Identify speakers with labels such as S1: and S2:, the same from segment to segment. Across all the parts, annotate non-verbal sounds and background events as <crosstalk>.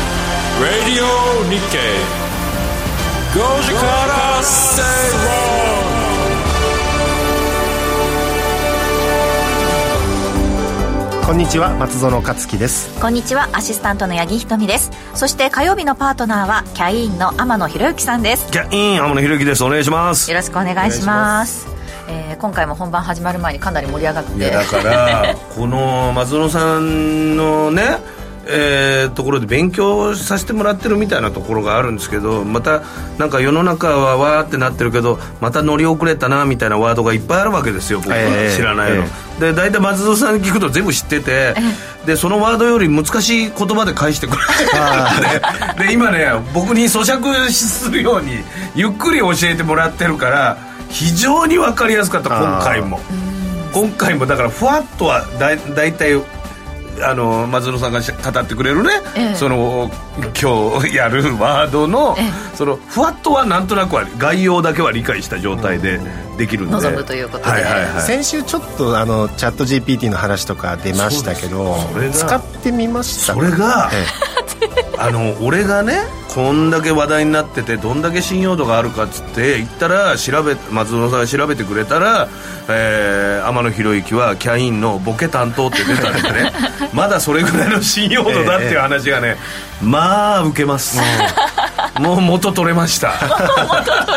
S1: ディオ日経5時から正
S2: こんにちは松園克樹です
S3: こんにちはアシスタントの八木ひとみですそして火曜日のパートナーはキャインの天野博之さんです
S4: キャイン天野ひろゆきですお願いします
S3: よろしくお願いしますえー今回も本番始まる前にかなり盛り上がって
S4: いやだからこの松園さんのねえーところで勉強させてもらってるみたいなところがあるんですけどまたなんか世の中はわーってなってるけどまた乗り遅れたなみたいなワードがいっぱいあるわけですよ僕は
S2: ええ
S4: 知らないの、
S2: え
S4: で大体松園さんに聞くと全部知っててでそのワードより難しい言葉で返してくるでで今ね僕に咀嚼するようにゆっくり教えてもらってるから非常に分かりやすかった今回も今回もだからふわっとはだい大体あの松野さんがし語ってくれるね、
S3: ええ
S4: その今日やるワードの、
S3: え
S4: そのふわっとはなんとなくは概要だけは理解した状態でできるんで
S3: 望むということで
S4: はいはいはい
S2: 先週ちょっとあのチャット GPT の話とか出ましたけど
S4: そうですそれ
S2: 使
S4: が
S2: ってみました
S4: それが、
S2: え
S4: <laughs> あの俺がねこんだけ話題になっててどんだけ信用度があるかっつって言ったら調べ松園さんが調べてくれたら、えー、天野博之はキャインのボケ担当って出たんで
S2: <laughs>
S4: ねまだそれぐらいの信用度だっていう話がね、まあ受けます、 <laughs> もう元取れま
S2: <laughs>
S4: しただ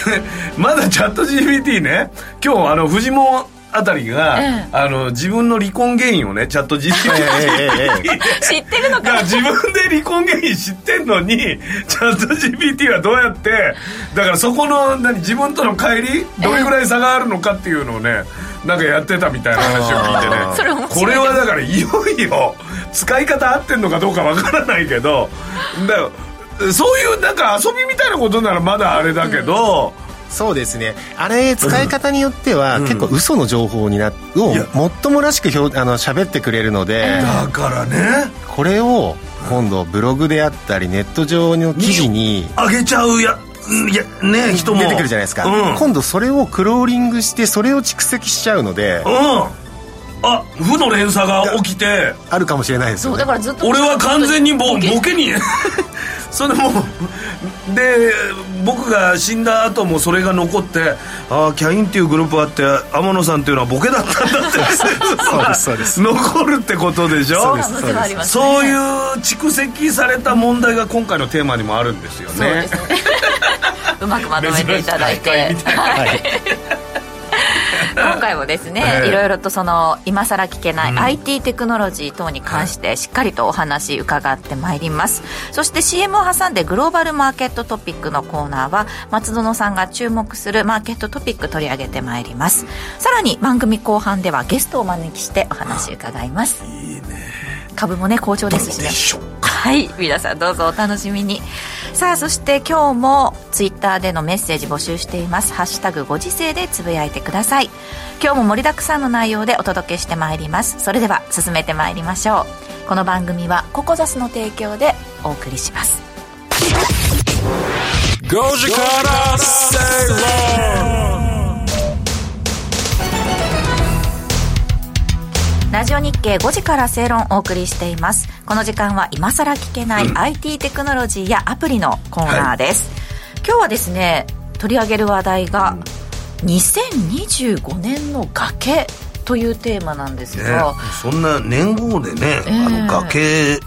S4: けどまだチャット GPT ね今日あのフジモンあたりが、
S3: え
S4: あの自分の離婚原因をねチャット GPT
S2: ええええええ
S3: <laughs> 知ってるの
S4: だか
S3: から
S4: 自分で離婚原因知ってんのにチャット GPT はどうやってだからそこの何自分との帰りどれぐらい差があるのかっていうのをねなんかやってたみたいな話を聞いて
S2: あ
S4: ね
S2: ー
S3: それ面白い
S4: これはだからいよいよ使い方合ってんのかどうかわからないけどだからそういうなんか遊びみたいなことならまだあれだけど、
S2: そうですねあれ使い方によっては、結構嘘の情報になを
S4: や
S2: もっともらしくひょあの喋ってくれるので、
S4: だからね
S2: これを今度ブログであったりネット上の記事に
S4: あげちゃうやいやね人も
S2: 出てくるじゃないですか、
S4: うん
S2: 今度それをクローリングしてそれを蓄積しちゃうので
S4: うんあ負の連鎖が起きて
S2: あるかもしれないです
S3: そ
S2: よ
S3: う
S2: ね
S3: だからずっと
S4: 俺は完全にボボ
S3: ボケ
S4: ケに <laughs> それもうで僕が死んだ後もそれが残ってああキャインっていうグループあって天野さんっていうのはボケだったんだって
S2: そうですそうです
S4: 残るってことでしょ
S2: そうで
S3: 可
S2: す
S3: 能性はありますね
S4: そういう蓄積された問題が今回のテーマにもあるんですよ
S3: そうで
S4: ね
S3: すね <laughs> うまくまとめていただいて
S4: 珍しい大会みたいな
S2: はい
S3: 今回もですね、
S4: ええ
S3: いろいろとその今更聞けない IT テクノロジー等に関してしっかりとお話伺ってまいります、そして CM を挟んでグローバルマーケットトピックのコーナーは松園さんが注目するマーケットトピック取り上げてまいりますさらに番組後半ではゲストをお招きしてお話伺いますいいね株もね好調ですしねはい皆さんどうぞお楽しみにさあそして今日もツイッターでのメッセージ募集しています「ハッシュタグご時世」でつぶやいてください今日も盛りだくさんの内容でお届けしてまいりますそれでは進めてまいりましょうこの番組はココザスの提供でお送りします
S1: 論5時から正論
S3: ラジオ日経5時から正論をお送りしていますこの時間は今更聞けない IT テクノロジーやアプリのコーナーです、今日はですね取り上げる話題が2025年の崖というテーマなんです
S4: ね
S3: が、
S4: そんな年号でね、
S3: ええ
S4: あの崖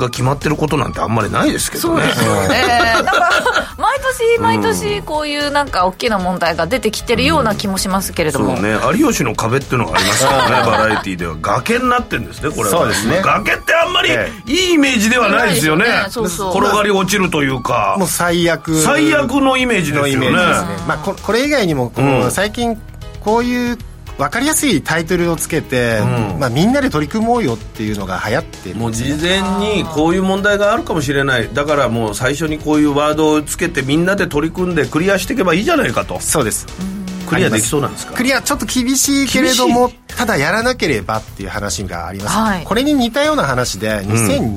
S4: が決まってることなんてあんまりないですけどね <laughs>
S3: えー、なんか毎年毎年こういうなんか大きな問題が出てきてるような気もしますけれど
S4: そ
S3: も、
S4: うね有吉の壁っていうのがありますから
S2: <laughs>
S4: ねバラエティでは崖になってんですねこれは
S2: そうですね
S4: 崖ってあんまり
S2: え
S4: いいイメージではないですよね
S3: いいですねそうそう
S4: 転がり落ちるというか
S2: もう最悪
S4: 最悪のイメージですよ
S2: のイメー
S4: ね
S2: ジですね、まあ、ここれ以外にもこう、
S4: うん
S2: 最近こういう分かりやすいタイトルをつけて、
S4: うん
S2: まあ、みんなで取り組もうよっていうのが流行って
S4: もう事前にこういう問題があるかもしれないだからもう最初にこういうワードをつけてみんなで取り組んでクリアしていけばいいじゃないかと
S2: そうです
S4: クリアできそうなんですか
S2: クリアちょっと厳しいけれどもただやらなければっていう話があります、
S3: はい
S2: これに似たような話で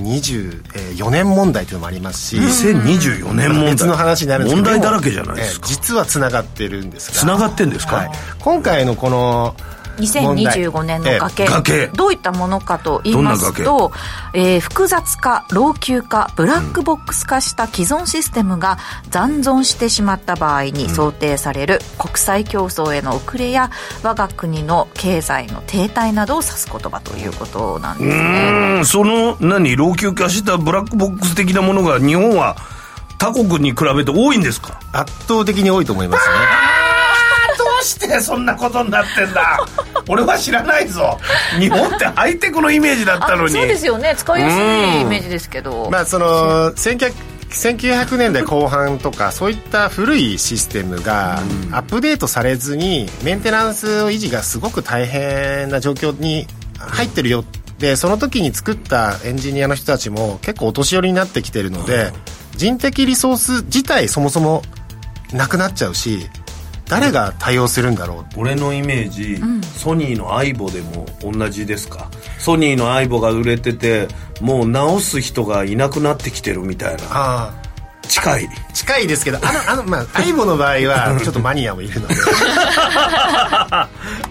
S2: 2024年問題というのもありますし、
S4: 2024年問題
S2: 別の話になるんですけど
S4: 問題だらけじゃないですか
S2: ええ実はつながってるんですが
S4: つながってんですか、
S2: はい、今回のこの
S3: 2025年の
S4: え
S3: 崖
S4: え崖
S3: どういったものかと言います
S4: ど
S3: と、えー複雑化老朽化ブラックボックス化した既存システムが残存してしまった場合に想定される国際競争への遅れや我が国の経済の停滞などを指す言葉ということなんですね。
S4: うんその何老朽化したブラックボックス的なものが日本は他国に比べて多いんですか
S2: 圧倒的に多いと思いますね
S4: どうしてそんなことになってんだ <laughs> 俺は知らないぞ日本ってハイテクのイメージだっ
S3: あ
S4: たのに
S3: そうですよね使いやすいイメージですけど、
S2: まあその1900 1900年代後半とかそういった古いシステムがアップデートされずにメンテナンスを維持がすごく大変な状況に入ってるよでその時に作ったエンジニアの人たちも結構お年寄りになってきてるので人的リソース自体そもそもなくなっちゃうし誰が対応するんだろうって
S4: 俺のイメージ、ソニーのアイボでも同じですかソニーのアイボが売れててもう直す人がいなくなってきてるみたいな
S2: ああ
S4: 近い
S2: 近いですけどあのあのまあ相棒の場合はちょっとマニアもいるので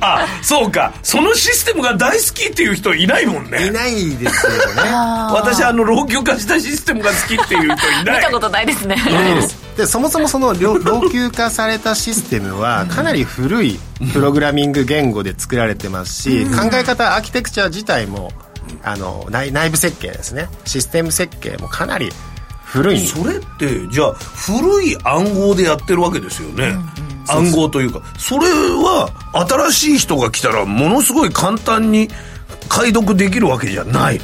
S4: あそうかそのシステムが大好きっていう人いないも
S2: <laughs>
S4: ん
S2: い
S4: ね
S2: ないですよね
S4: 私あの老朽化したシステムが好きっていう人い
S3: 見
S4: な
S3: た
S4: い
S3: ことないですね、
S2: でそもそもその老 <laughs> 老朽化されたシステムはかなり古いプログラミング言語で作られてますし、考え方アーキテクチャ自体もあの内内部設計ですねシステム設計もかなり古い
S4: それってじゃあ古い暗号でやってるわけですよね、暗号というかそれは新しい人が来たらものすごい簡単に解読できるわけじゃない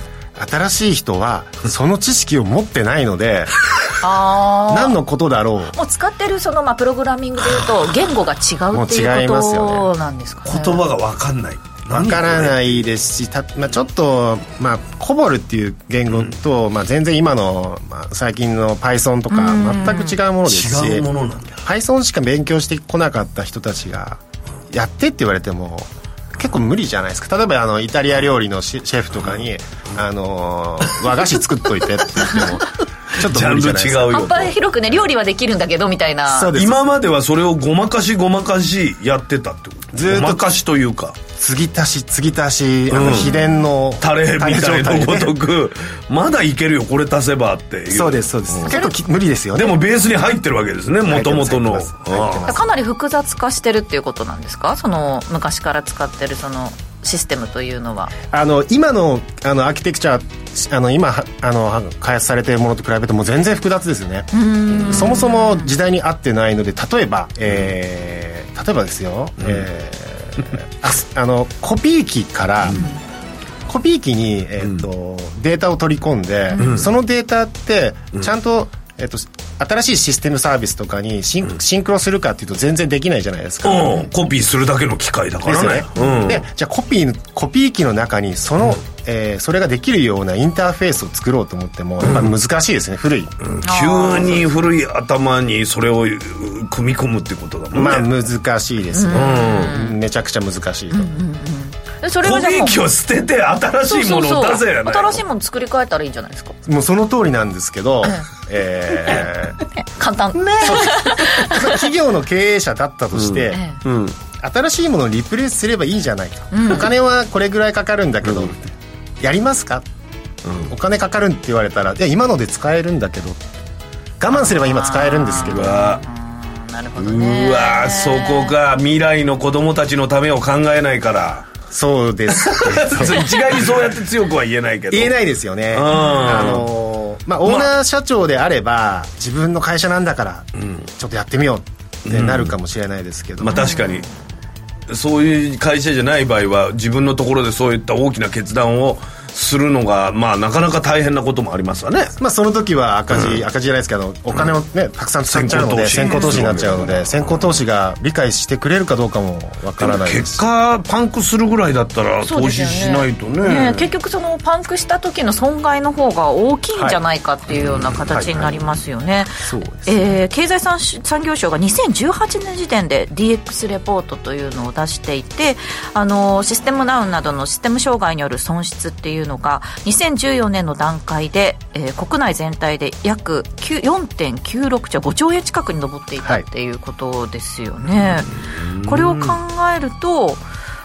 S2: 新しい人はその知識を持ってないので
S3: <laughs> <laughs> あー
S2: 何のことだろう
S3: もう使ってるそのまあプログラミングでいうと言語が違うって
S2: もう違
S3: い
S2: いうま
S3: こ
S2: すよ
S3: となんですかね
S4: 言葉が分かんない
S2: わから
S4: い
S2: ないですした、まあ、ちょっと、まあ、コボルっていう言語と、まあ、全然今の、まあ、最近の Python とか全く違うものですし
S4: 違うものなんだ
S2: Python しか勉強してこなかった人たちがやってって言われても結構無理じゃないですか例えばあのイタリア料理のシシェフとかに、あのー和菓子作っといてって言
S4: <laughs>
S2: ってもちょっ
S4: ジ
S2: と
S4: ャ
S2: 無
S4: ン
S2: 理
S4: ル
S2: じ
S4: 違
S2: ゃないですか
S3: あ
S4: うよ
S3: んまり広くね料理はできるんだけどみたいな
S2: そう
S4: と
S2: です
S4: 今まではそれをごまかしごまかしやってたってこと
S2: ずーっと
S4: ごまかしというか
S2: 継ぎ足し継ぎ足しあ
S4: うん
S2: の秘伝の
S4: タレみたい
S2: タレ
S4: な
S2: 状
S4: ご
S2: 態で
S4: とくまだいけるよこれ足せばっていう
S2: そうですそうです結構き無理ですよね
S4: でもベースに入ってるわけですねもともとの
S2: 入ってます入ってます
S3: かなり複雑化してるっていうことなんですかその昔から使ってるそのシステムというのは
S2: あの今のあのアーキテクチャあの今はあの開発されてるものと比べても全然複雑ですよねそもそも時代に合ってないので例えば、えー例えばですよ、えーあすあのコピー機から、コピー機に、えーとデータを取り込んで、そのデータってちゃんと,、えー、と新しいシステムサービスとかにシン,、シンクロするかっていうと全然できないじゃないですか、
S4: うんコピーするだけの機械だか
S2: です
S4: ら
S2: よ
S4: ね
S2: ね、でじゃあコピーコピー機の中にその、えーそれができるようなインターフェースを作ろうと思ってもやっぱ難しいですね、古い、
S4: うん、急に古い頭にそれをう組み込むってことだもんね、
S2: まあ難しいですね、めちゃくちゃ難しいと、
S3: でそれ
S4: コ
S3: はじゃあ
S4: ピ
S3: も
S4: ー
S3: う
S4: 機を捨てて新しいものを出せやない
S3: 新しいもの作り変えたらいいんじゃないですか
S2: もうその通りなんですけど、えー
S3: 簡単
S2: その企業の経営者だったとして、
S3: え
S2: 新しいものをリプレイスすればいいんじゃないか、お金はこれぐらいかかるんだけど、やりますか、お金かかるって言われたらいや今ので使えるんだけど我慢すれば今使えるんですけ
S4: う
S2: ど
S4: わ
S3: えなるほどね
S4: うわそこか未来の子供たちのためを考えないから <laughs>
S2: そうです
S4: そう一概にそうやって強くは言えないけど
S2: 言えないですよ
S4: <laughs>
S2: ね
S4: うん
S2: あのーまあオーナー社長であれば自分の会社なんだからちょっとやってみようってなるかもしれないですけど、
S4: まあ確かにそういう会社じゃない場合は自分のところでそういった大きな決断をするのがまあなかなか大変なこともありますわね
S2: まあ、その時は赤字、赤字じゃないですけどお金をね、たくさん使っちゃうので先
S4: 先行
S2: 行
S4: 投
S2: 投
S4: 資
S2: 資になっちゃうので先行投資が理解してくれるかどうかもわからないです
S4: 結果パンクするぐらいだったら
S3: そう
S4: 投
S3: です
S4: 資
S3: よ
S4: しないとね
S3: え結局そのパンクした時の損害の方が大きいんじゃないかっていうような形になりますよね、
S2: うで
S3: えー経済産産業省が2018年時点で DX レポートというのを出していてあのシステムダウンなどのシステム障害による損失っていうのが2014年の段階で、えー国内全体で約9 4.96兆5兆円近くに上っていたっていうことですよね。これを考えると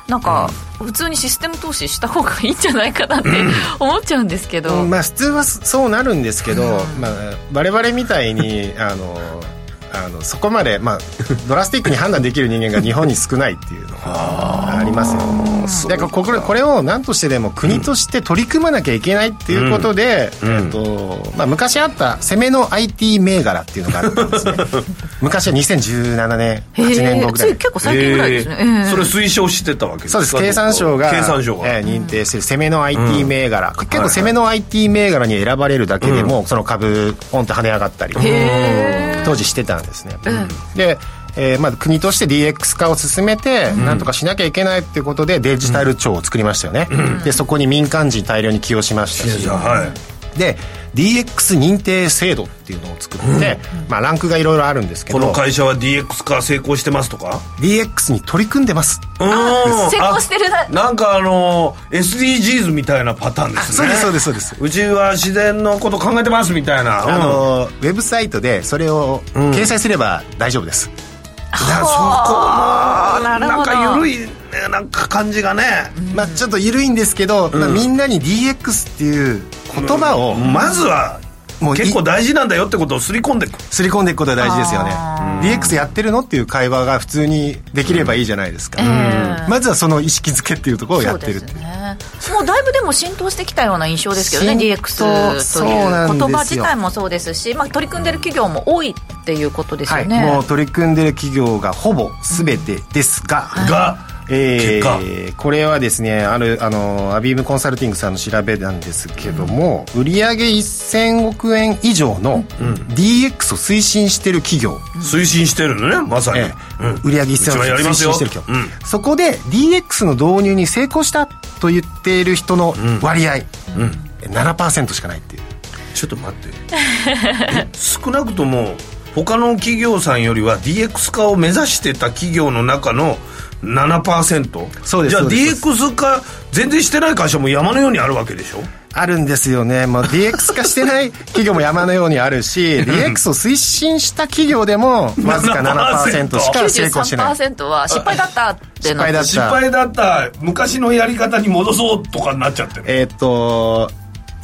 S3: なんか、普通にシステム投資した方がいいんじゃないかなって思っちゃうんですけど、
S2: うんまあ普通はそそうなるんですけど、まあ、我々みたい <laughs> にあのあのそこまで、まあ、ドラスティックに判断できる人間が日本に少ないっていうの <laughs> がありますよね。だからこれこれを何としてでも国として取り組まなきゃいけないっていうことで、えっとまあ、昔あった攻めの IT 銘柄っていうのがあったん <laughs> ですね昔は2017年8年後ぐら
S3: つ
S2: い
S3: い結構最近ぐらいですね、ええ
S4: それ推奨してたわけです
S2: そ
S4: か
S2: うです経産省が
S4: 経産省が、
S2: えー認定してる攻めの IT 銘柄、結構攻めの IT 銘柄に選ばれるだけでも、その株ポンって跳ね上がったり当時してたんですね、で、えーまあ、国として DX 化を進めて、なんとかしなきゃいけないっていうことでデジタル庁を作りましたよね、でそこに民間人大量に起用しましたし、
S4: いやはい
S2: で DX 認定制度っていうのを作って、まあ、ランクがいろいろあるんですけ
S4: この
S2: ど
S4: 会社は DX 化成功してますとか
S2: DX に取り組んでます
S4: うん
S3: あ成功してるな
S4: あなんかあの SDGs みたいなパターンです
S2: そう
S4: ね
S2: ですそうですそうです
S4: うちは自然のこと考えてますみたいな
S2: あ
S4: うん
S2: のウェブサイトでそれを掲載すれば大丈夫です、
S4: そこも
S3: なる
S4: な
S3: ほ
S4: ん
S3: ど
S4: か緩いねなんか感じがね
S2: まあ、ちょっと緩いんですけど、まあ、みんなに DX っていう言葉を
S4: まずは
S2: もうい
S4: 結構大事なんだよってことを刷り込んでいく
S2: すり込んでいくことが大事ですよね DX やってるのっていう会話が普通にできればいいじゃないですか、
S3: ええ
S2: まずはその意識づけっていうところをや
S3: そ
S2: っ
S3: う
S2: てる
S3: で
S2: っ
S3: す
S2: ていう
S3: ねもうだいぶでも浸透してきたような印象ですけどね
S2: 浸
S3: DX
S2: 透
S3: という
S2: そうなんですよ
S3: 言葉自体もそうですし、まあ、取り組んでる企業も多いっていうことです
S2: は
S3: よ
S2: い、
S3: ね、
S2: もう取り組んでる企業がほぼ全てですが、
S4: が
S2: え
S4: 結果
S2: ー、これはですねあるあのアビームコンサルティングさんの調べなんですけども、売上1000億円以上の DX を推進してる企業、
S4: 推進してるのねまさに
S2: ええ売上1000億
S4: 一
S2: 円
S4: 番や
S2: を
S4: り
S2: 推
S4: ます
S2: 進
S4: よ
S2: してる企業、
S4: うん
S2: そこで DX の導入に成功したと言っている人の割合、7%しかないっていう
S4: ちょっと待ってえ少なくとも他の企業さんよりは DX 化を目指してた企業の中の7%
S2: そうです
S4: じゃあ
S2: そうです
S4: DX 化全然してない会社も山のようにあるわけでしょ
S2: あるんですよね、まあ、DX 化してない <laughs> 企業も山のようにあるし DX を推進した企業でもわずか7%
S4: 7%
S2: しか成功してない
S3: 93%は失敗だったっていうの
S2: 失敗だった
S4: 失敗だった昔のやり方に戻そうとかになっちゃってる
S2: えーっと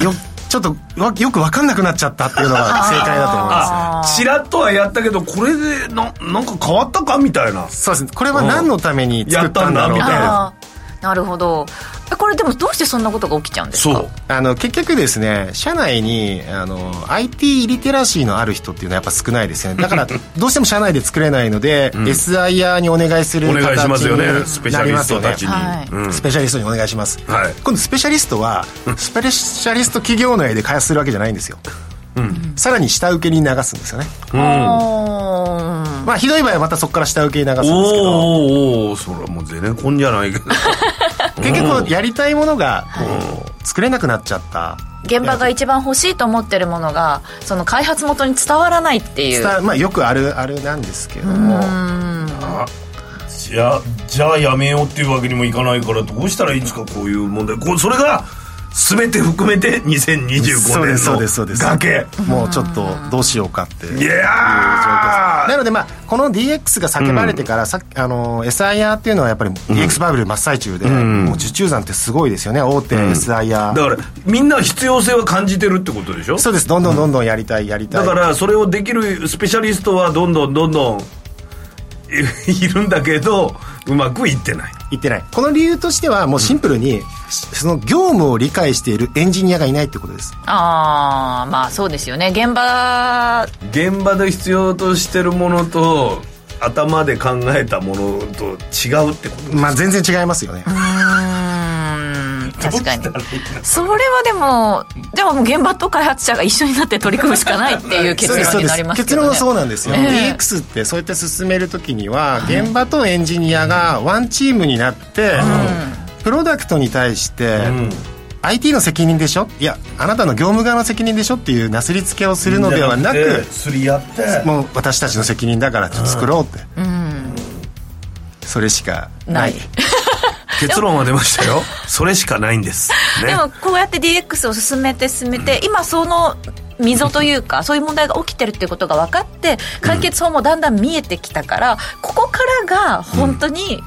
S2: よちょっとわよく分かんなくなっちゃったっていうの
S4: <laughs>
S2: が正解だと思います
S4: あちらっとはやったけどこれでななんか変わったかみたいな
S2: そうですねこれは何のために作ったんだろう
S4: やったんだみたいな
S3: あーなるほどえこれでもどうしてそんなことが起きちゃうんですか
S4: そう
S2: あの結局ですね社内にあの IT リテラシーのある人っていうのはやっぱ少ないですよねだ
S4: <laughs>
S2: からどうしても社内で作れないので、SIR にお願いする
S4: お願いし
S2: 形
S4: ますよねスペ
S2: に
S4: シ
S2: な
S4: ャ
S2: り
S4: リ
S2: ま
S4: ス
S2: すよ
S4: ト
S2: ね
S4: たちに、
S3: はい
S4: うん
S2: スペシャリストにお願いします、
S4: はい
S2: 今度スペシャリストはスペシャリスト企業内で開発するわけじゃないんですよ、さらに下請けに流すんですよね、
S3: あー
S2: まあひどい場合はまたそこから下請けに流すんですけど
S4: おーおーおーそれはもうゼネコンじゃないけど
S2: 結局やりたいものがこう作れなくなっちゃった
S3: 現場が一番欲しいと思ってるものがその開発元に伝わらないっていう
S2: 伝わまあよくあるあるなんですけども
S4: じゃあじゃあやめようっていうわけにもいかないからどうしたらいいんですかこういう問題こうそれが全て含めて
S2: そうですそうですそ
S4: 2025
S2: う
S4: 年
S2: で
S4: の
S2: す
S4: 崖
S2: もうちょっとどうしようかっていう状況
S4: い
S2: です
S4: や
S2: なのでまあこの DX が叫ばれてから、さっきあの SIR っていうのはやっぱり DX バブル真っ最中で、もう受注算ってすごいですよね大手 SIR、
S4: ーだからみんな必要性は感じてるってことでしょ
S2: そうですどんどんどんどんやりたいやりた
S4: だ
S2: い
S4: からそれをできるスペシャリストはどんどんどんどんい <laughs> るんだけどうまくいってない
S2: 言ってないこの理由としてはもうシンプルに、その業務を理解しているエンジニアがいないってことです
S3: ああまあそうですよね現場
S4: 現場で必要としてるものと頭で考えたものと違うってこと
S2: まあ全然違いますよね
S3: うん確かにそれはでもじゃあもう現場と開発者が一緒になって取り組むしかないっていう結
S2: そうですそう
S3: 論に
S2: で
S3: なりますすけ
S2: 結
S3: ど、ね、
S2: 論はそうなんですよ、
S3: ええ
S2: DX ってそうやって進めるときには、現場とエンジニアがワンチームになって、プロダクトに対して、IT の責任でしょいやあなたの業務側の責任でしょっていうなすりつけをするのではなく
S4: すり合って
S2: もう私たちの責任だからちょっと作ろうって、それしかない
S3: ない
S4: 結論は出ましたよ
S3: <laughs>
S4: それしかないんです、ね、
S3: でもこうやって DX を進めて進めて、今その溝というかそういう問題が起きてるっていうことが分かって解決法もだんだん見えてきたから、ここからが本当に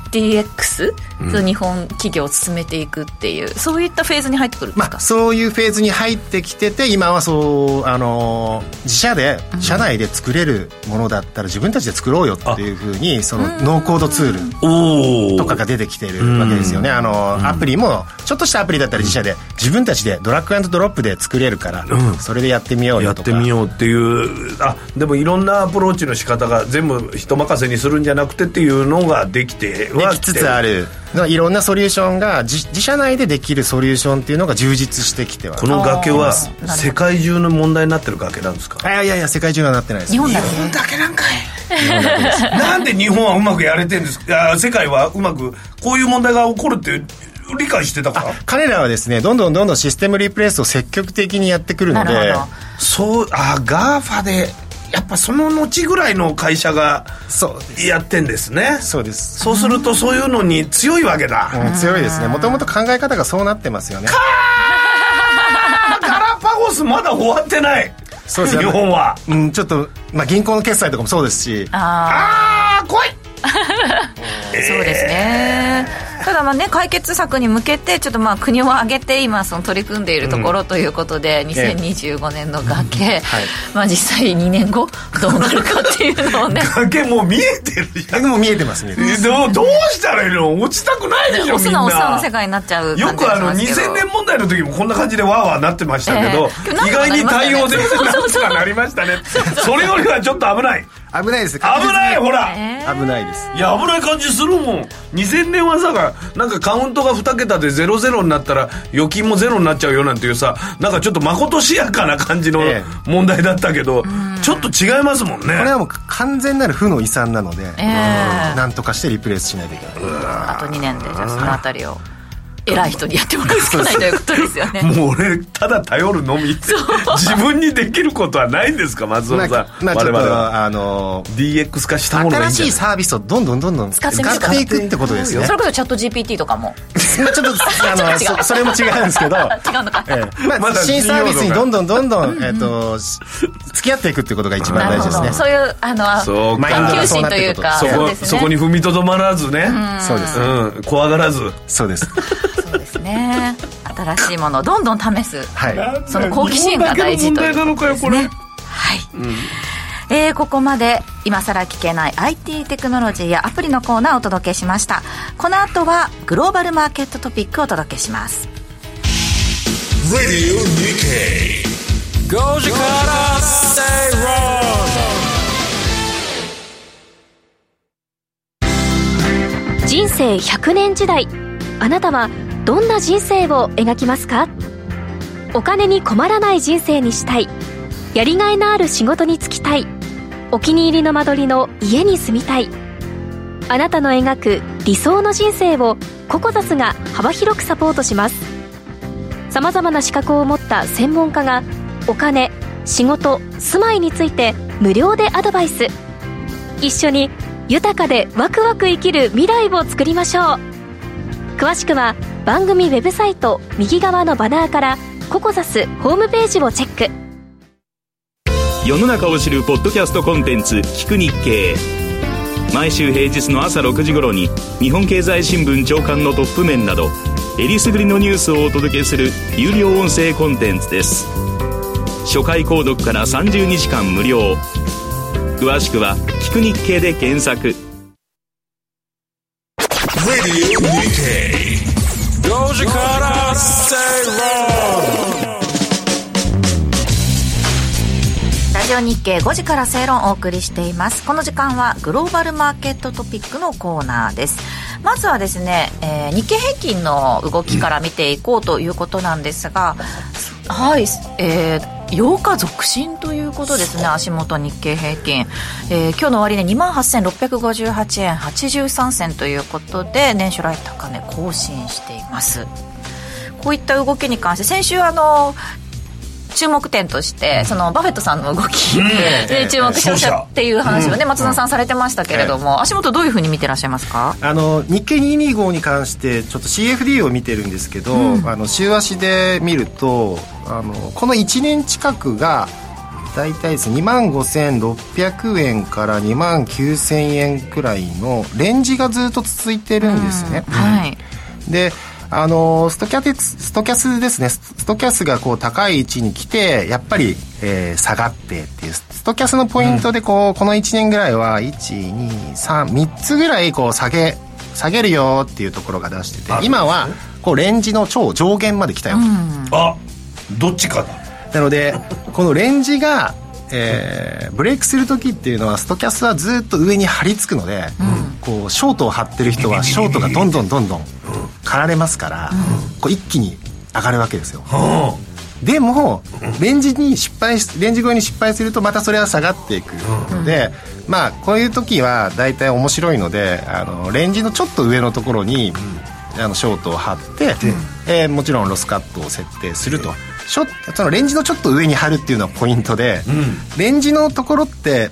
S3: ス、そう日本企業を進めていくっていうそういったフェーズに入ってくるんです
S2: ま
S3: か、
S2: あ、そういうフェーズに入ってきてて今はそう、あのー自社で社内で作れるものだったら自分たちで作ろうよっていうふうにそのノーコードツール
S4: おお
S2: とかが出てきてるわけですよね、あのアプリもちょっとしたアプリだったら自社で自分たちでドラッグドロップで作れるから、
S4: ん
S2: それでやってみよう
S4: や
S2: よ
S4: っ
S2: とか
S4: てみようっていうあでもいろんなアプローチの仕方が全部人任せにするんじゃなくてっていうのができては
S2: できつつあるいろんなソリューションが自自社内でできるソリューションっていうのが充実してきては
S4: この崖は
S3: あーなるほど
S4: 世界中の問題になってる崖なんですか
S2: あいやいや世界中はなってないです
S4: <laughs>
S3: 日本だけ
S4: だけなんかいなんで日本はうまくやれてるんですか <laughs> あ世界はうまくこういう問題が起こるって理解してたから
S2: 彼らはですねどんどんどんどんシステムリプレイスを積極的にやってくるの
S3: な
S2: で
S3: るほど
S4: そうあガーファでやっぱその後ぐらいの会社が
S2: そう
S4: やってんですね
S2: そうです、
S4: そうするとそういうのに強いわけだ、
S2: うん強いですねもともと考え方がそうなってますよね
S4: ガラパゴスまだ終わってない
S2: そうです
S4: 日
S2: ね
S4: 本は
S2: うん、ちょっと、まあ、銀行の決済とかもそうですし
S3: あ
S4: ああ来い
S3: あそうですね、ただまあね解決策に向けてちょっとまあ国を挙げて今その取り組んでいるところということで、2025年の崖、まあ実際2年後どうなるかっていうのをね
S4: 崖もう見えてるじゃん
S2: もう見えてますね
S4: でもどうしたらいいの落ちたくないでしょ
S3: お
S4: み
S3: す
S4: ん
S3: なおすな
S4: な
S3: の世界になっちゃう
S4: よ
S3: 感じ
S4: く
S3: が
S4: あ
S3: し
S4: の
S3: ますけど
S4: 2000年問題の時もこんな感じでわーわーなってましたけど、
S3: ええ
S4: 意外に対応できて
S3: なん
S4: な
S3: とかなりましたね
S4: んとかなりましたねそれよりはちょっと危ない
S2: 危ないです
S4: 危ないほら、
S3: えー
S2: 危ないです
S4: いや危ない感じするもん2000年はさなんかカウントが2桁で00になったら預金もゼロになっちゃうよなんていうさなんかちょっとまことしやかな感じの
S2: え
S4: 問題だったけど、ちょっと違いますもんね
S2: これはもう完全なる負の遺産なので、
S3: ええ
S2: なんとかしてリプレイスしないといけない
S3: あと2年でじゃあそのあたりを偉い人にやってもらうしかないということですよね
S4: もう俺ただ頼るのみって自分にできることはないんですか松尾さん、
S2: まあ、まあちょ
S4: 我
S2: っ
S4: 々は
S2: とあの
S4: DX 化したものがい
S2: 新
S4: いん
S2: し
S4: じゃない
S2: いサービスをどんどんどんどん
S3: 使
S2: 使
S3: っ
S2: って
S3: みる
S2: ていくってことですね
S3: それこそチャット GPT とかも
S2: まあちょっとあ
S3: <laughs>
S2: の
S3: 違う
S2: そそれも違うんですけど
S3: 違うのか
S2: ええまあ
S4: まだ
S2: 新サービスにどんどんどんどんえっとし付き合っていくってことが一番大
S3: なるほ
S2: 事
S3: ど
S2: です
S3: そ
S2: ね
S3: ういうあの
S4: そうか
S3: 研究心というか
S4: そこ
S3: ですね
S4: そこに踏みとどまらずね
S2: そうです
S4: うん怖がらず
S2: そうです
S3: そうですね新しいものをどんどん試す
S2: はい
S3: その好奇心が大事ということですねはい、えーここまで今さら聞けない IT テクノロジーやアプリのコーナーをお届けしましたこの後はグローバルマーケットトピックをお届けします
S1: Radio Nikkei. Goji Kara Stay Wrong.
S5: 人生100年時代あなたはどんな人生を描きますかお金に困らない人生にしたいやりがいのある仕事に就きたいお気に入りの間取りの家に住みたいあなたの描く理想の人生をココザスが幅広くサポートしますさまざまな資格を持った専門家がお金仕事住まいについて無料でアドバイス一緒に豊かでワクワク生きる未来を作りましょう詳しくは番組ウェブサイト右側のバナーからココザスホームページをチェック
S6: 世の中を知るポッドキャストコンテンツ「聞く日経」毎週平日の朝6時頃に日本経済新聞長官のトップ面などえりすぐりのニュースをお届けする有料音声コンテンツです初回購読から30日間無料詳しくは「聞く日経」で検索
S1: Radio Nikkei. Goji Kara Stay Wrong.
S3: ラジオ日経5時から正論をお送りしています。この時間はグローバルマーケットトピックのコーナーです。まずはですね、えー日経平均の動きから見ていこうということなんですが、はい、えー8日続伸ということですね、足元日経平均。えー今日の終値28,658円83銭ということで、年初来高値更新しています。こういった動きに関して、先週あの、注目点としてそのバフェットさんの動き <laughs> で注目してほしいっていう話をね松野さんされてましたけれども足元どういうふうに見てらっしゃいますか
S2: あの日経225に関してちょっと CFD を見てるんですけど、あの週足で見るとあのこの1年近くが大体ですね2万5600円から2万9000円くらいのレンジがずっと続いてるんですね、
S3: はい。
S2: であのーストキャテストキャスですねスストキャスがこう高い位置に来てやっぱり、えー下がってっていうスストキャスのポイントでこう、この1年ぐらいは1233つぐらいこう下げ下げるよっていうところが出してて今はこうレンジの超上限まで来たよと、
S4: あどっちかだ
S2: なのでこのレンジが、えーブレイクする時っていうのはストキャスはずっと上に張り付くので、こうショートを張ってる人はショートがどんどんどんどん刈られますから、こう一気に上がるわけですよ。でもレンジに失敗しレンジ越えに失敗するとまたそれは下がっていくので、まあこういう時は大体面白いのであのレンジのちょっと上のところに、あのショートを張って、えーもちろんロスカットを設定すると。ショそのレンジのちょっと上に張るっていうのはポイントで、レンジのところって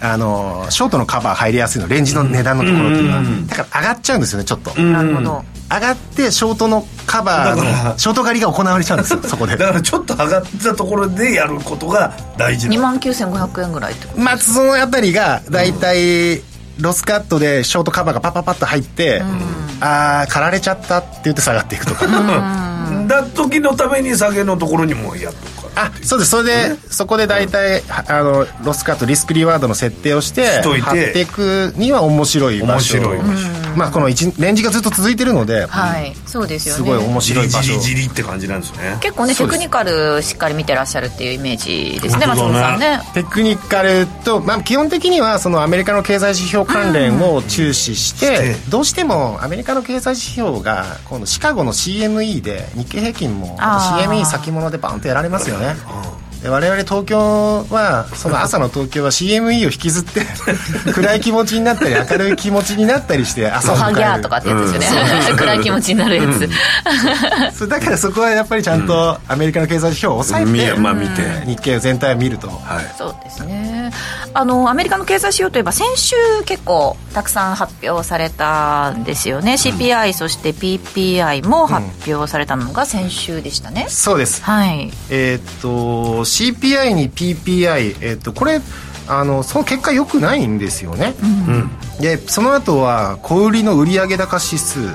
S2: あのショートのカバー入りやすいのレンジの値段のところっていうのは、だから上がっちゃうんですよねちょっと、
S3: なるほど。
S2: 上がってショートのカバ
S4: だか
S2: ーの
S4: ら
S2: ショート狩りが行われちゃうんですよそ <laughs> こで
S4: だからちょっと上がったところでやることが大事
S3: 2
S4: な
S3: 万9500円ぐらいってこと
S2: まあそのあたりが大体ロスカットでショートカバーがパパパッと入って、ああ駆られちゃったって言って下がっていく
S4: <laughs>
S2: とか、
S4: だ時のために下げのところにもやっとくから
S2: あそうですそれでそこで大体、はあのロスカットリスクリワードの設定をして
S4: しといて
S2: 貼っていくには面白い場所
S4: 面白い場
S2: まあこの一レンジがずっと続いてるので、
S3: はい、そうですよね
S2: すごい面
S4: じ
S2: 白い
S4: り
S2: 場所
S4: じりじりって感じなんですね
S3: 結構ね
S2: そ
S3: テ
S2: うで
S3: ク
S2: す
S3: ニカルしっかり見てらっしゃるっていうイメージですね
S4: 本
S3: 松
S4: 当
S3: 本さ
S4: だ
S3: ん
S4: ね
S3: ね
S2: テクニカルと、まあ、基本的にはそのアメリカの経済指標関連を注視して、
S4: して
S2: どうしてもアメリカの経済指標がこのシカゴの CME で日経平均も
S3: あー
S2: CME 先物でバンとやられますよね。で我々東京はその朝の東京は CME を引きずって
S4: <laughs>
S2: 暗い気持ちになったり明るい気持ちになったりして朝
S3: お
S2: を迎
S3: は
S2: える
S3: ぎゃーとかってやつですよね、 <laughs> 暗い気持ちになるやつ、
S2: そうだからそこはやっぱりちゃんとアメリカの経済指標を抑えて、
S4: 見えまあ見て
S2: 日経全体を見ると、
S3: <laughs> そうですねあのアメリカの経済指標といえば先週結構たくさん発表されたんですよね CPI そして PPI も発表されたのが先週でしたね、
S2: そうです
S3: はい
S2: えーっと CPI に PPI、えーっとこれあのその結果良くないんですよね、でその後は小売りの売上高指数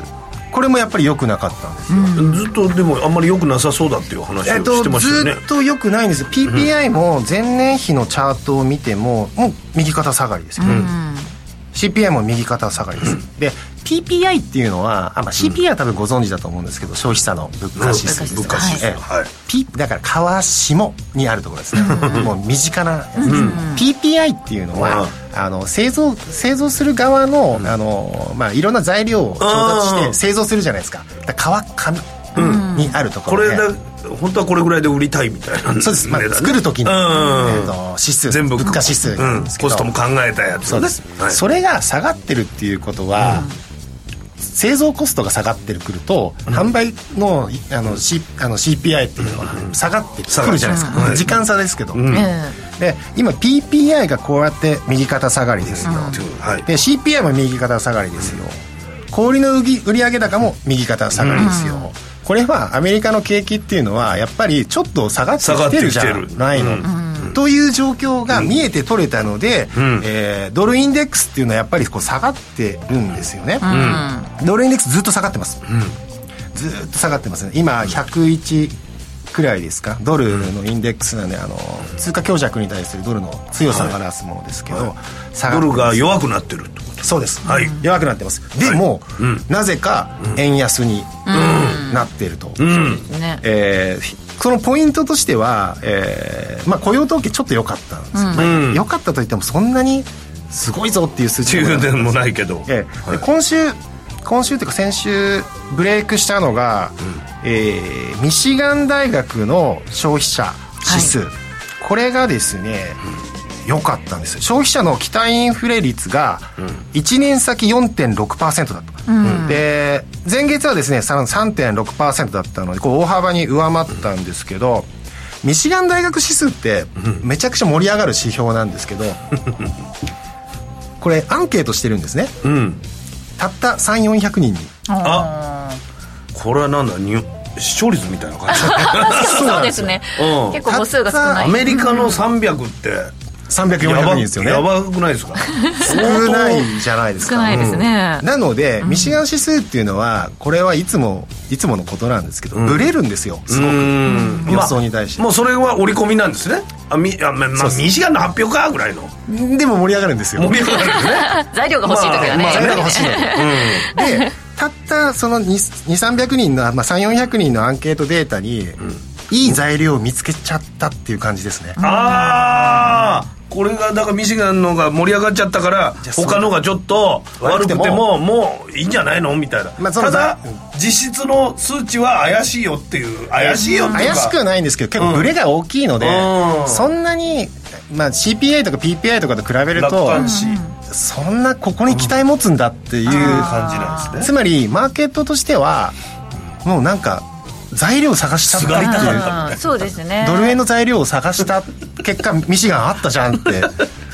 S2: これもやっぱり良くなかったんですよ、
S4: ずっとでもあんまり良くなさそうだっていう話
S2: えー
S4: を
S2: っと
S4: してましたよ
S2: ず
S4: ね
S2: っと良くないんです PPI も前年比のチャートを見てももう右肩下がりですよ、CPI も右肩下がりです、で PPI っていうのはあ、まあ、CPI は多分ご存知だと思うんですけど、消費者の物価指数
S3: 物価指数
S2: ええ
S4: はい
S2: P だから川下にあるところですねもう身近なやつです、PPI っていうのは、あの製造製造する側の,、あのまあ、いろんな材料を調達し
S4: う
S2: て
S4: ん
S2: 製造するじゃないですかだから川上、にあるとこ
S4: こ
S2: ろで
S4: れだ本当はこれぐらいで売りたいみたいな
S2: そうです、まあ、
S4: 値段ね
S2: 作る時の、
S4: うん
S2: えーと指数
S4: 全部
S2: 物価指数
S4: う
S2: なん
S4: ん
S2: で
S4: コ
S2: すけど、
S4: ストも考えたやつ
S2: そうです、
S4: はい
S2: それが下がってるっていうことは、製造コストが下がってくると、販売のいあの、C、あの CPI っていうのは下がってくるじゃないですか、時間差ですけど、
S3: うん
S2: で今 PPI がこうやって右肩下がりですよ、
S4: はい
S2: で CPI も右肩下がりですよ小売りの売り売上高も右肩下がりですよ、これはアメリカの景気っていうのはやっぱりちょっと下がってきてるじゃないの、という状況が見えて取れたので、えードルインデックスっていうのはやっぱりこう下がってるんですよね、ドルインデックスずっと下がってます、ずーっと下がってますね今101くらいですかドルのインデックスなんであの通貨強弱に対するドルの強さを表すものですけど、下がって
S4: ドル
S2: ます
S4: が弱くなってるってこ
S2: そうです、
S4: はい
S2: 弱くなってますでも、なぜか円安になってると、
S3: ね
S2: えーそのポイントとしては、えーまあ、雇用統計ちょっと良かったんですよね良かったといってもそんなにすごいぞっていう数
S4: と
S2: 字
S4: 中
S2: も
S4: でもないけど
S2: ええで今週今週というか先週ブレイクしたのが、えーミシガン大学の消費者指数、これがですね良、かったんですよ消費者の期待インフレ率が1年先4.6%だった、で前月はですねさらに3.6%だったのでこう大幅に上回ったんですけどミシガン大学指数ってめちゃくちゃ盛り上がる指標なんですけ
S4: <laughs>
S2: ど、これアンケートしてるんですね
S4: うん
S2: たった3400人に
S4: あこれはなんだに視聴率みたいな感じ
S3: そうですね
S4: うん
S3: 結構母数が少な
S4: ア
S3: い
S4: メリカの300ってや
S2: 300400
S4: ば
S2: 人ですよね
S4: やばくないですか
S2: 少ないじゃないですか
S3: 少ないですね、
S2: なので、ミシガン指数っていうのはこれはいつもいつものことなんですけど、ブレるんですよすごく予想に対して、
S4: もうそれは織り込みなんですねあみあままあミシガンの発表かぐらいの
S2: でも盛り上がるんですよ
S4: 盛り上がるよね
S3: 材料が欲しい時はね、
S4: まあ
S2: そ
S4: ま
S2: れ
S4: あね
S2: が欲しいのよでたったその2300人の、まあ、3400人のアンケートデータに、いい材料を見つけちゃったっていう感じですね、
S4: ああこれがだからミシガンのが盛り上がっちゃったから
S2: じゃあそう
S4: 他のがちょっと悪
S2: 悪
S4: く
S2: く
S4: て
S2: ても
S4: ももういいんじゃないのみたいな、
S2: まあそ
S4: た
S2: の
S4: だ
S2: うん
S4: 実質の数値は怪しいよっていう怪しいよっていうか
S2: 怪しくはないんですけど結構ブレが大きいので、
S4: うん
S2: そんなに、まあ、CPI とか PPI とかと比べる
S4: 楽
S2: と
S4: 観視
S2: そんなここに期待持つんだっていう
S4: 感じなんですね
S2: つまりマーケットとしてはもうなんか材料を探した
S4: すがりたかった
S3: うんそうですね
S2: ドル円の材料を探した結果ミシガンあったじゃんって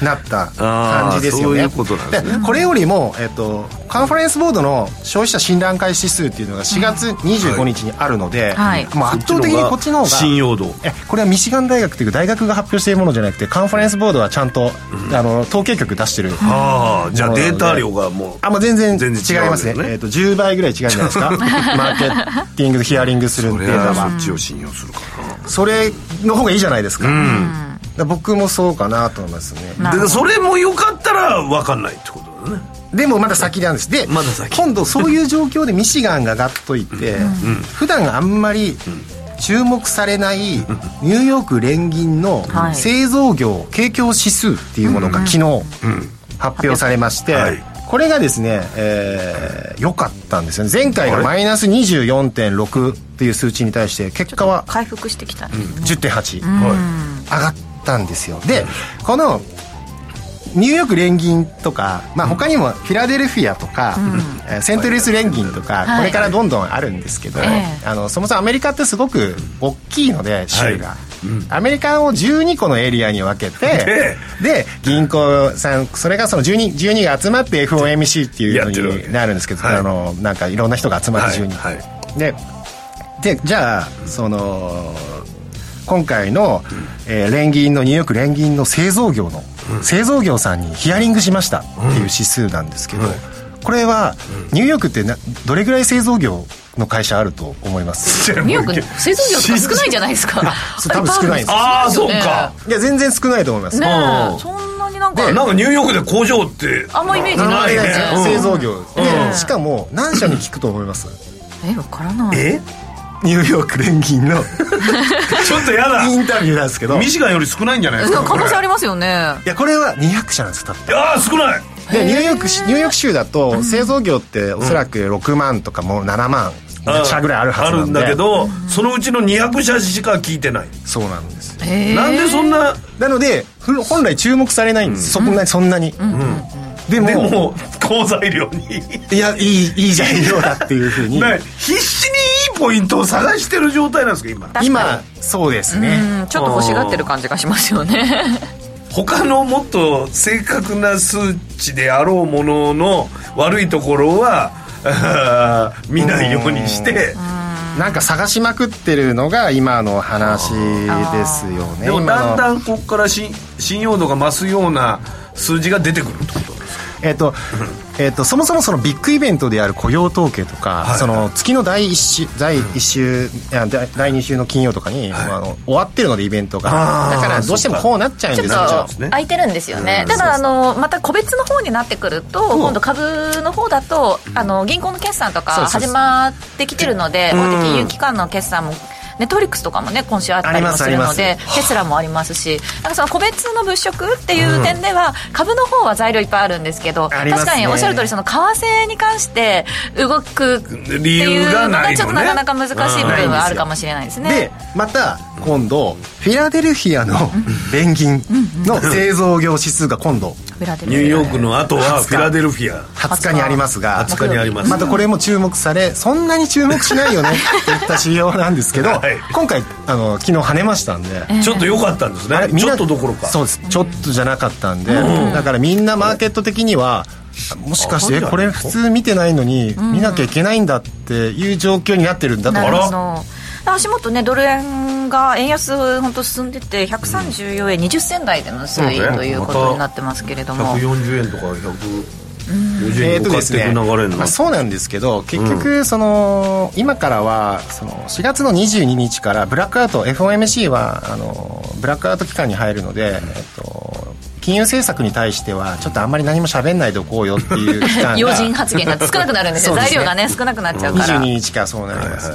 S2: なった感じですよね
S4: あーそういうことなんですね
S2: これよりも、えっと、カンファレンスボードの消費者診断会指数っていうのが4月25日にあるので、
S3: はい
S2: もう圧倒的にこっちの方が
S4: 信用度
S2: えこれはミシガン大学という大学が発表しているものじゃなくてカンファレンスボードはちゃんと、あの統計局出してる
S4: ああじゃあデータ量がもう
S2: あもう全然
S4: 全然違う
S2: 違いますね
S4: わけだね
S2: えっと10倍ぐらい違うんじゃないです
S4: <laughs>
S2: かマーケティングとヒアリングするってい
S4: そ
S2: う
S4: れ
S2: の
S4: はそ
S2: は
S4: っちを信用するか
S2: それの方がいいじゃないですか,、だから僕もそうかなと思いますね
S4: な
S3: なるほ
S4: で
S3: ど
S4: それもよかったら分かんないってことだね
S2: でもまだ先なんですで、
S4: まだ先
S2: 今度そういう状況でミシガンがガッといって、普段あんまり注目されないニューヨーク連銀の
S3: はい
S2: 製造業景況指数っていうものが昨日発表されまして、
S4: はい
S2: これがですね、えー良かったんですよね前回がマイナス24.6っていう数値に対して結果は
S3: 回復してきたんですね、
S2: 10.8、
S4: は
S2: 上がったんですよでこのニューヨーク連銀とか、まあ、他にもフィラデルフィアとか、えーセントルイス連銀とか、
S3: はい
S2: これからどんどんあるんですけど、
S3: ええ
S2: あのそもそもアメリカってすごく大きいので州が、
S4: は
S2: アメリカを12個のエリアに分けてで銀行さんそれがその 12, 12が集まって FOMC っていうの
S4: やってるわけ
S2: になるんですけど、
S4: はい
S2: あのなんかいろんな人が集まって12、
S4: はいは
S2: ででじゃあその今回の、えー連銀のニューヨーク連銀の製造業の、製造業さんにヒアリングしましたっていう指数なんですけど、これは、ニューヨークってなどれぐらい製造業の会社あると思います
S3: ニューヨーク製造業とか少ないじゃないですか
S2: そう多分少ないんです
S4: ああそうか
S2: いや全然少ないと思います、
S3: ね
S4: う
S3: え
S4: ん
S3: そんなになんか
S4: なんかニューヨークで工場って
S3: あんまイメージない
S4: ないねうん
S2: 製造業、
S4: うん
S2: でしかも何社に聞くと思います、
S3: えわからない
S4: え
S2: ニューヨーク連銀の
S4: ちょっとやだ
S2: インタビューなんですけど
S4: ミ
S2: い
S4: シガンより少ないんじゃないで
S3: なん
S4: すか
S3: か可能性あ
S4: り
S3: りますよね
S2: やこれは200社なんです多分
S4: ああ少ない
S2: でニューヨークしニューヨーク州だと製造業っておそらく6万とかもう7万社ぐらいあるはず
S4: あ
S2: な
S4: るん
S2: んで
S4: だけどそのうちの200社しか聞いてない
S2: そうなんですよ
S3: えー
S4: なんでそんな
S2: なのでふ本来注目されないんです、そんなにそんなに、でも
S4: でも好材料に
S2: いやいいいい材料だっていうふうに
S4: <laughs> な必死にいいポイントを探してる状態なんですか今
S3: 確かに
S2: 今そうですね、
S3: うんちょっと欲しがってる感じがしますよね
S4: 他のもっと正確な数値であろうものの悪いところは <laughs> あー見ないようにして
S2: なんか探しまくってるのが今の話ですよね
S4: でも
S2: 今の
S4: だんだんここからし信用度が増すような数字が出てくるってことです
S2: えっと、えっと、そもそもそのビッグイベントである雇用統計とか、
S4: はい
S2: その月の第1週、第一週、いや第第2週の金曜とかに、もうあの終わってるのでイベントが。
S4: あー
S2: だからどうしてもこうなっちゃうん
S3: ち
S2: で
S3: ょっ
S2: す
S3: と
S2: よ。
S4: うですね
S3: 空いてるんですよね、ただあのまた個別の方になってくると、今度株の方だと、あの銀行の決算とか
S2: そうですそうで
S3: 始
S2: す
S3: まってきてるので大手金融機関の決算もネットフリックスとかもね今週あったりもするの
S2: あり
S3: でテスラもありますしなんかその個別の物色っていう点では、株の方は材料いっぱいあるんですけど
S2: あります
S3: 確
S2: ね
S3: かにおっしゃる通りその為替に関して動くって
S4: 理
S3: い
S4: 由
S3: う
S4: が
S3: の
S4: な
S3: が
S4: いのね
S3: ちょっとなかなか難しい部分はあるかもしれないですね。
S2: で、また今度、フィラデルフィアの連銀の製造業指数が今度、
S3: ニュ
S4: ニューヨークの後は
S2: 20
S4: フィラデルフィア
S2: 20日にありますが、
S4: 20日にあります
S2: またこれも注目されそんなに注目しないよねっていった仕様なんですけど、
S4: はい
S2: 今回あの昨日跳ねましたんで、
S4: ちょっと良かったんです
S2: あれ
S4: ね
S2: みん
S4: ちょ
S2: な
S4: っとどころか
S2: そうですちょっとじゃなかったんで、だからみんなマーケット的にはもしかしてえこれ普通見てないのに見なきゃいけないんだっていう状況になってるんだと
S3: な
S2: 思
S3: る
S2: う
S3: ほど足元ねドル円が円安本当進んでて134円20銭台での推
S4: そう
S3: 移
S4: ね
S3: ということになってますけれども、
S4: 140円とか150
S2: えー
S4: 円と
S2: とで
S4: か買っ
S2: す
S4: ていく
S2: ね
S4: 流れ
S2: ま
S4: にな
S2: あ、
S4: る
S2: そうなんですけど結局その、今からはその4月の22日からブラックアウト FOMC はあのブラックアウト期間に入るので、えっと、金融政策に対してはちょっとあんまり何も喋んないでおこうよっていう期
S3: <laughs>
S2: 間
S3: 要
S2: が
S3: 人発言が少なくなるんですよ
S2: <laughs> そうです
S3: 材
S2: ね
S3: 料がね少なくなっちゃうか
S2: 22
S3: ら
S2: 日からそうなります、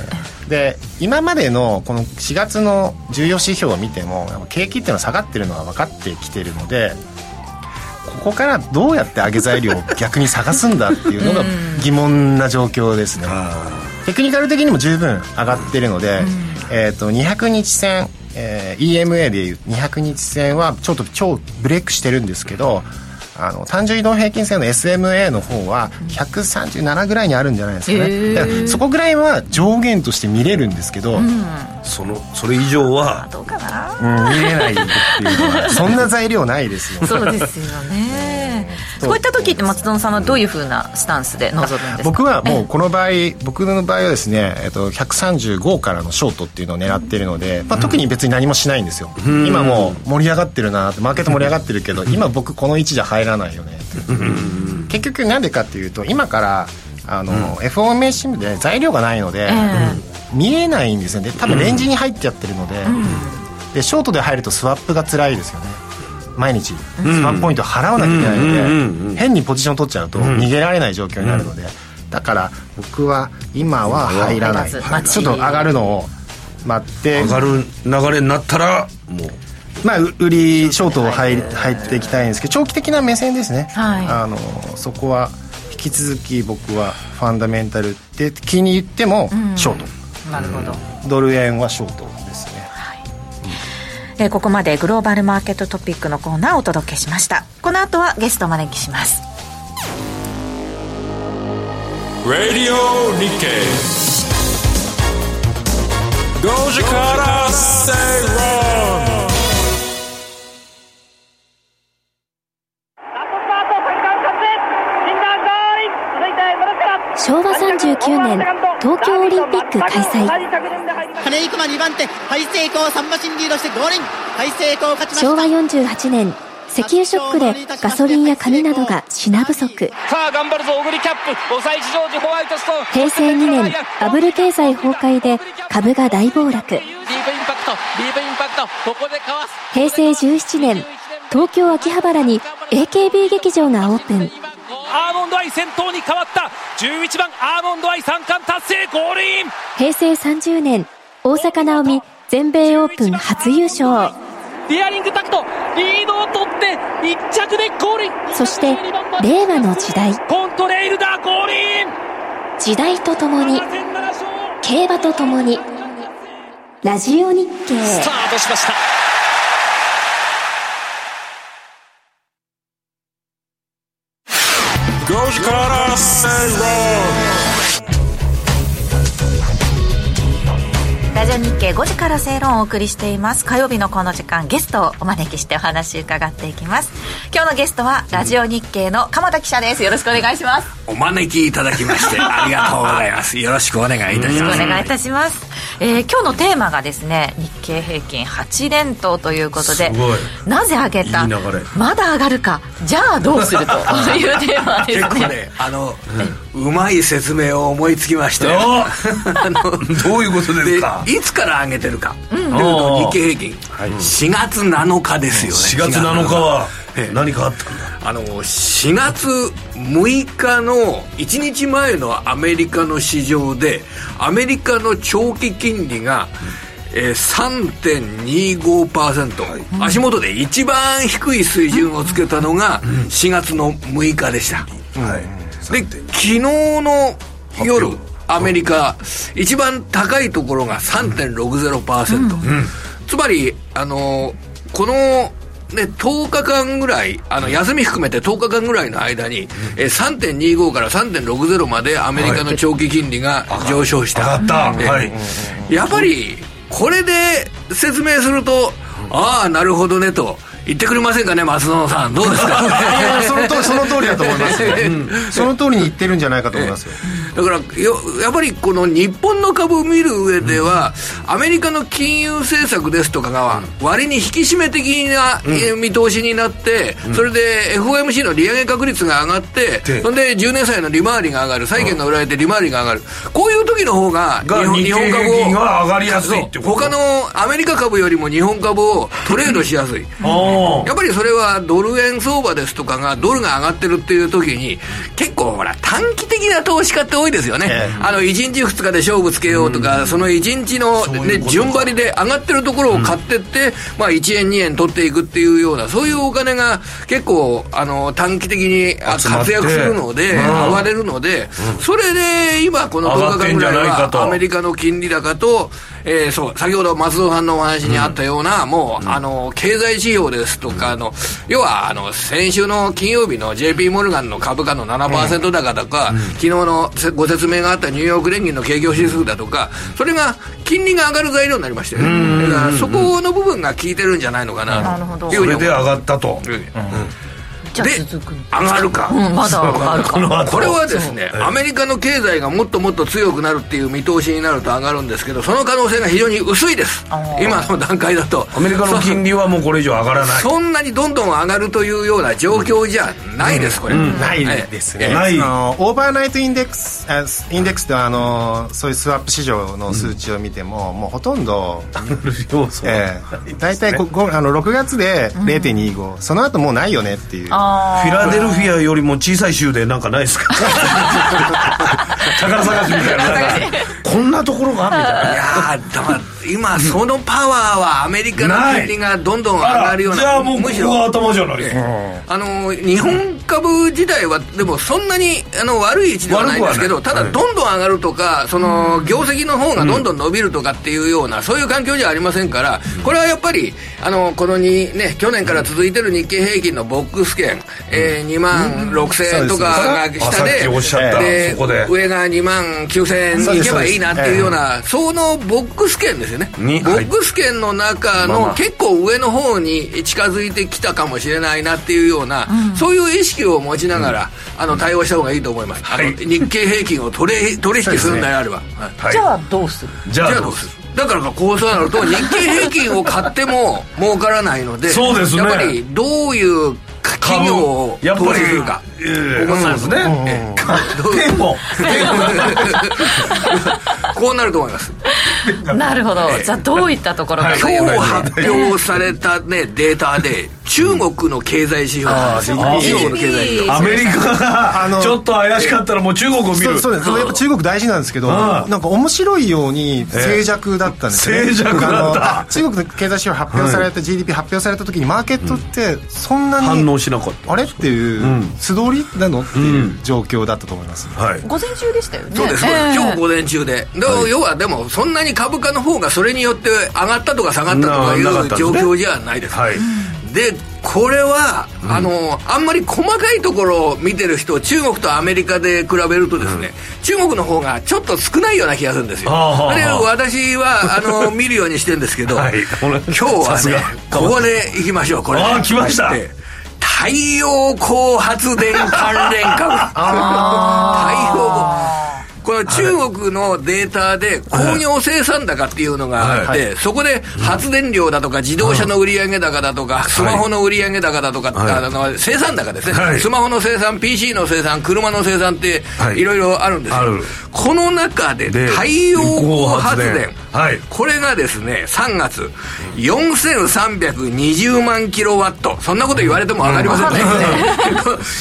S2: で今までのこの4月の重要指標を見てもやっぱ景気っていうのは下がってるのが分かってきてるのでここからどうやって上げ材料を逆に探すんだっていうのが疑問な状況ですね、テクニカル的にも十分上がってるので、えー、と200日線、えー EMA でいう200日線はちょっと超ブレイクしてるんですけどあの単純移動平均線の SMA の方は137ぐらいにあるんじゃないですかね、
S3: へ
S2: だからそこぐらいは上限として見れるんですけど、うん、見
S4: そのそれ以上は
S3: どうかな、
S2: れないっていうのはそんな材料ないですよ
S3: そうですよねこういった時って松園さんはどういうふうなスタンスで臨むんですか
S2: 僕はもうこの場合僕の場合はですね、えっと、135からのショートっていうのを狙ってるので、まあ、特に別に何もしないんですよ、今もう盛り上がってるなってマーケット盛り上がってるけど今僕この位置じゃ入らないよねって結局なんでかっていうと今からあの、FOMC で材料がないので、見えないんですよね多分レンジに入っちゃってるので,、でショートで入るとスワップが辛いですよね毎日スワップポイント払わなきゃいけないので、変にポジション取っちゃうと逃げられない状況になるので、だから僕は今は入らない、
S3: 入らず
S2: ちょっと上がるのを待って
S4: 上がる流れになったらもう
S2: まあ、う売りショートを入り入っていきたいんですけど長期的な目線ですね、
S3: はい
S2: あのそこは引き続き僕はファンダメンタルって気に入ってもショート、
S3: なるほど、
S2: ドル円はショートですね
S3: えーここまでグローバルマーケットトピックのコーナーをお届けしましたこの後はゲストをお招きします
S1: Radio Nikkei. Goji Kara Seiron.
S7: ラストスパート、三冠達成、新段勝利、続いて、ブルックラ
S5: 昭和39年東京オリンピック開催
S8: 金井駒2番手、大成功3馬身リードして5輪、大成功勝ちました。
S5: 昭和48年石油ショックでガソリンや紙などが品不足
S9: さあ頑張るぞ小栗キャップ5歳ジョージホワイトストーン
S5: 平成2年バブル経済崩壊で株が大暴落
S9: ディープインパクトディープインパクトここでかわす
S5: 平成17年東京秋葉原に AKB 劇場がオープン
S9: アーモンドアイ先頭に変わった11番アーモンドアイ三冠達成ゴールイン
S5: 平成30年大坂なおみ全米オープン初優勝
S9: ディアリングタクトリードを取って1着でゴールイン
S5: そして令和の時代
S9: コントレイルだゴールイン
S5: 時代とともに競馬とともにラジオ日経
S9: スタートしました
S1: ゴジカラセ
S3: ラジオ日経5時から正論をお送りしています火曜日のこの時間ゲストをお招きしてお話伺っていきます今日のゲストはラジオ日経の鎌田記者ですよろしくお願いします
S10: お招きいただきましてありがとうございます。よろしくお願いいたし
S3: よ
S10: ま
S3: ろし
S10: す。
S3: くお願いいたします、えー今日のテーマがですね日経平均8連投ということです
S4: ごい
S3: なぜ上げた
S4: いい流れ
S3: まだ上がるかじゃあどうす <laughs> るというテーマです
S10: 結構
S3: ね
S10: ね、あの、うまい説明を思いつきましたよ。
S4: <laughs> あ
S2: <laughs>
S4: ーどういうことですか
S10: でいつから上げてるか、というと日経平均、4月7日ですよね
S4: 4月7日は
S10: ええ
S4: 何かあったんだ
S10: あの4月6日の1日前のアメリカの市場でアメリカの長期金利が、えー3.25%、足元で一番低い水準をつけたのが4月の6日でした、で昨日の夜アメリカ一番高いところが3.60%、つまりあのこの、ね、10日間ぐらいあの休み含めて10日間ぐらいの間に、えー3.25から3.60までアメリカの長期金利が上昇した、
S4: 上がった
S10: えー
S4: はい
S10: やっぱりこれで説明するとああなるほどねと言ってくれませんかね松園さんどうですか
S2: いやそのとその通りだと思います
S3: <laughs>
S10: <laughs>
S2: よ、うんその通りに言ってるんじゃないかと思いますよ
S10: だからよやっぱりこの日本の株を見る上では、アメリカの金融政策ですとかが割に引き締め的な、えー見通しになって、それで FOMC の利上げ確率が上がって、
S4: で
S10: それで10年債の利回りが上がる債券が売られて利回りが上がる、こういう時の方が
S4: が
S10: 日本
S4: 日
S10: 日
S4: 経
S10: 本株
S4: 平均
S10: を
S4: は上がりやすいってこと
S10: そう他のアメリカ株よりも日本株をトレードしやすい
S4: あ
S10: やっぱりそれはドル円相場ですとかがドルが上がってるっていう時に結構ほら短期的な投資家って多いですよね、
S2: え
S10: あの1日2日で勝負つけようとか、その1日の、
S4: そういう
S10: ね
S4: こと、か
S10: 順張りで上がってるところを買ってって、まあ、1円2円取っていくっていうようなそういうお金が結構あの短期的にあ
S4: 集まって
S10: 活躍するので
S4: うん
S10: 暴れるので、それで今この
S4: 上が
S10: 10
S4: って
S10: 日間
S4: ん
S10: ぐ
S4: じ
S10: ら
S4: ゃな
S10: い
S4: いかと
S10: はアメリカの金利高と、えーそう先ほど松尾さんのお話にあったような、もう、あの経済指標ですとかあの、要はあの先週の金曜日の JP モルガンの株価の7%高とか、昨日のせご説明があったニューヨーク連銀の景況指数だとかそれが金利が上がる材料になりましたよねだからそこの部分が効いてるんじゃないのかな
S3: なるほど
S10: という
S4: そ
S10: ふうに
S4: れで
S10: 思
S4: 上がったと
S10: ううん
S3: じゃあ
S10: で
S3: 続くの
S10: 上がるか、
S3: うんまだ上がるか
S4: この後
S10: これはですね、アメリカの経済がもっともっと強くなるっていう見通しになると上がるんですけど、その可能性が非常に薄いです
S3: あ、ー
S10: 今の段階だと。
S4: アメリカの金利はもうこれ以上上がらない
S10: そんなにどんどん上がるというような状況じゃないです、これ、
S2: ないですね、
S10: ええ
S4: ない
S2: あのオーバーナイトインデックスあインデックスってあのそういうスワップ市場の数値を見ても、もうほとんど、
S4: 要素
S2: ええ大体ここあの6月で0.25、その後もうないよねっていう
S3: あ
S4: フィラデルフィアよりも小さい州でなんかないです
S10: <laughs>
S4: か宝探しみたいななんかこんなところがあるみたいない
S10: やーだから今、そのパワーはアメリカの金利がどんどん上
S4: あ
S10: が
S4: ら
S10: るような、
S4: じゃあもうこ
S10: むしろ
S4: こが頭じゃない
S10: あの日本株自体は、でもそんなにあの悪い位置ではないんですけど、
S4: 悪くは
S10: た
S4: ない
S10: だ、どんどん上がるとか、その業績の方がどんどん伸びるとかっていうような、そういう環境じゃありませんから、これはやっぱり、あのこのに、ね、去年から続いてる日経平均のボックス券、えー2万6000円とかが
S4: あ
S10: 下
S4: さっ
S10: で
S4: きおっしゃった、
S10: で
S4: そこで
S10: 上が2万9000円いけばいいなっていうような、そのボックス券ですよね、
S4: に
S10: ボックス券の中
S4: まあま
S10: の
S4: あ
S10: 結構上の方に近づいてきたかもしれないなっていうような、そういう意識を持ちながら、あの対応した方がいいと思います、あの日経平均を取れ取引するんであれば。はい
S4: はい
S3: じゃあどうする
S4: じゃあ
S10: じゃあどうするだからこうそうなると日経平均を買っても儲からないので
S4: そうですね
S10: やっぱりどういう企業を
S4: やっぱ
S10: 投
S4: り
S10: 資するか
S4: ええ
S10: 思い
S4: そう
S10: ま
S4: ですすね、
S10: どう
S4: テンポ
S10: こうなると思います
S3: なるほどじゃあどういったところが
S10: 今日発表された、ね、データで中国の経済指標なんですよ
S2: あー
S10: 中国の経済指標
S4: アメリカ
S10: <laughs>
S2: あの
S4: がちょっと怪しかったらもう中国を見
S2: そう
S4: る
S2: そうですやっぱ中国大事なんですけど
S4: あ
S2: な
S4: あ
S2: んか面白いように静寂だったんですよね
S4: 静寂だった
S2: あの中国の経済指標発表されて GDP 発表された時にマーケットってそんなに
S4: 反応しなかった
S2: あれっていう素通りなのっていう状況だったと思います
S4: はい
S3: 午前中でしたよね
S10: そうです、そう
S3: え
S10: で
S3: え
S10: す今日午前中で、で要はでも、そんなに株価の方がそれによって上がったとか下がったとかい
S4: ななかったで
S10: う
S4: す
S10: 状
S4: ね
S10: 況じゃないです、
S4: はい
S10: でこれは、あのあんまり細かいところを見てる人中国とアメリカで比べるとですね、中国の方がちょっと少ないような気がするんですよ
S4: ああ
S10: あれ私はあの見るようにしてるんですけど、
S4: はいこれ
S10: 今日は
S4: さす
S10: ね
S4: が
S10: ここでいきましょうこれ
S4: ああ来ました
S10: ええ太陽光発電関連
S4: <laughs>
S10: 株太陽光この中国のデータで工業生産高っていうのがあっ
S4: は
S10: て、そこで発電量だとか自動車の売上高だとか、スマホの売上高だとか、
S4: はい
S10: あの生産高ですね、
S4: はい
S10: スマホの生産、PC の生産、車の生産って
S4: はい
S10: いろいろあるんですよ、
S4: ある
S10: この中で
S4: で
S10: 太陽光発電
S4: 光発電はい
S10: これがですね3月4320万キロワットそんなこと言われても分かりませんね、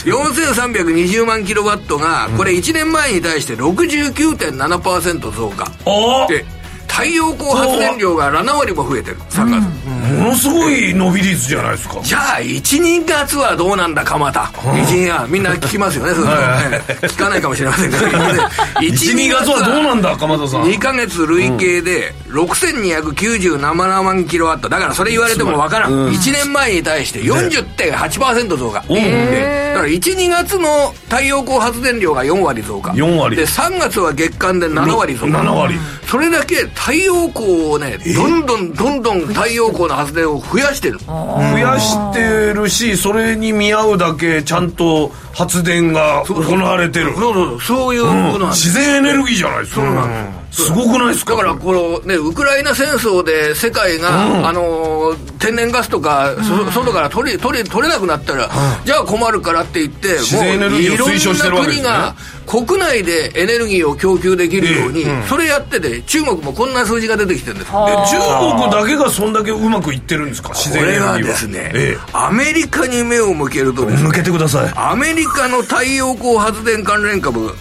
S10: 4320万キロワットがこれ1年前に対して69.7%増加
S4: あ
S10: で太陽光発電量が7割も増えてる3月、
S4: あものすごい伸び率じゃないですか
S10: じゃあ12月はどうなんだ鎌田12月みんな聞きますよねそういうのね聞かないかもしれません
S4: <laughs>
S10: けど12
S4: 12月はどうなんだ鎌田さん
S10: 2ヶ月累計で6297万キロワットだからそれ言われてもわからん、1年前に対して40.8%増加、でだから12月の太陽光発電量が4割増加
S4: 4割
S10: で3月は月間で7割増加
S4: 7割
S10: それだけ太陽光をねどんどんどんどん太陽光の発電を増やしてる
S4: 増やしてるしそれに見合うだけちゃんと発電が行われてる
S10: そうそうそうそういうことなんです
S4: 自然エネルギーじゃないですか
S10: そうなんです
S4: すごくないですか
S10: だからこの、ね、ウクライナ戦争で世界が、あのー天然ガスとか、そ外から取り取り取れなくなったら、じゃあ困るからって言って、
S4: 自然エネルギーを推奨してるわけですね
S10: もういろんな国が国内でエネルギーを供給できるように、それやってて、中国もこんな数字が出てきてるんです。
S4: え中国だけがそんだけうまくいってるんですか自
S10: こ
S4: 然エネ
S10: れ
S4: ルギーは
S10: はですね、
S4: え
S10: アメリカに目を向けると
S4: え
S10: ですね
S4: 抜けてください
S10: アメリカの太陽光発電関連株、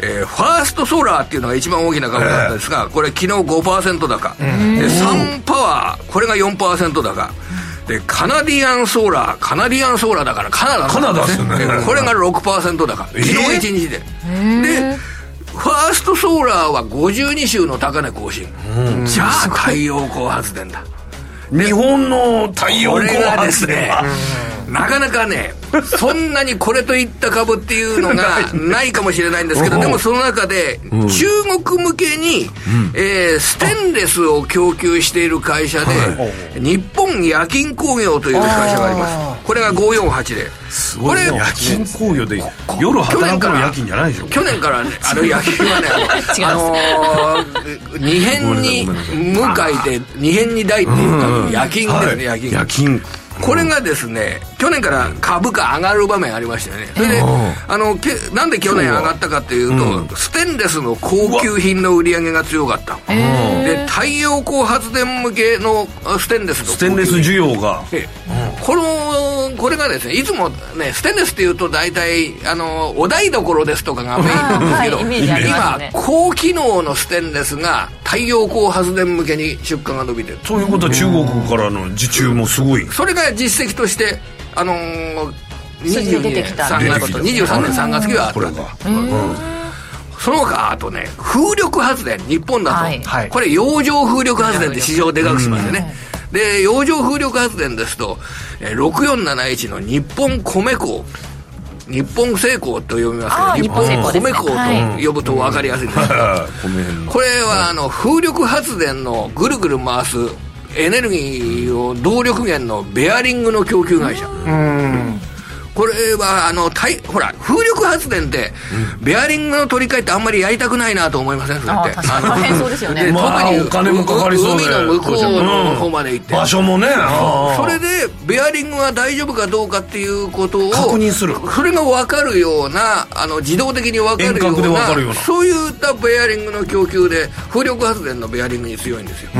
S10: えーファーストソーラーっていうのが一番大きな株だったんですが、これ昨日5%高、でサンパワーこれが4%高でカナディアンソーラーカナディアンソーラーだからカナダの
S4: カナダですよね
S10: えーこれが6%高昨日1日で、でファーストソーラーは52週の高値更新、じゃあ太陽光発電だ
S4: 日本の太陽
S10: こ
S4: 光
S10: れがです
S4: 発電
S10: ね
S4: は、
S10: なかなかね、そんなにこれといった株っていう
S4: <laughs>
S10: のがないかもしれないんですけど、でもその中で、中国向けに、えーステンレスを供給している会社で、日本夜勤工業という会社があります。これが5480。これ、
S4: 夜勤工業で夜働くの夜勤じゃないでしょ
S10: 去年からね、あの野球
S4: <laughs>
S10: はね、あのあのー、二辺に向かいで、二辺に大っていうか、夜勤ですね、夜勤。
S4: 夜勤
S10: これがですね、去年から株価上がる場面ありましたよね。それで、あの、けなんで去年上がったかっていうと、ステンレスの高級品の売り上げが強かった。で、太陽光発電向けのあステンレスの高級
S4: ステンレス需要が
S10: ええこのこれがですねいつもねステンレスっていうと大体あのお台所ですとかがメインなんですけど、
S3: あーはいイメージありますね
S10: 今高機能のステンレスが太陽光発電向けに出荷が伸びてる
S4: ということは中国からの受注もすごい
S10: それが実績としてあのー
S3: 数字で
S10: 22
S3: 出
S10: 年
S3: てきた
S10: 3月と
S4: 出てきた
S10: 23年3月期はあった
S4: これが
S10: その他あとね風力発電日本だと、
S3: はい
S2: はい
S10: これ洋上風力発電って市場をでかくしますよね、で洋上風力発電ですとえー6471の日本米港日本製鋼と読みま
S3: ああ
S10: すけど日本
S3: 日本製鋼
S10: 米
S3: です
S10: 港
S3: ねは
S10: と呼ぶと分かりやすいです、これはあの風力発電のぐるぐる回すエネルギーを動力源のベアリングの供給会社これはあのたいほら風力発電ってベアリングの取り替えってあんまりやりたくないなと思いませんそれ
S3: あ
S10: っ
S3: あ
S10: て
S3: 確かに大変そうですよね
S10: で
S4: まあお金もかかりそうで
S10: 海の向こうの方まで行って、
S4: 場所もね
S10: そ
S4: そ
S10: れでベアリングが大丈夫かどうかっていうことを
S4: 確認する
S10: それが分かるようなあの自動的に分かるよ
S4: 遠隔で
S10: う
S4: 分
S10: な
S4: かるような
S10: そういったベアリングの供給で風力発電のベアリングに強いんですよ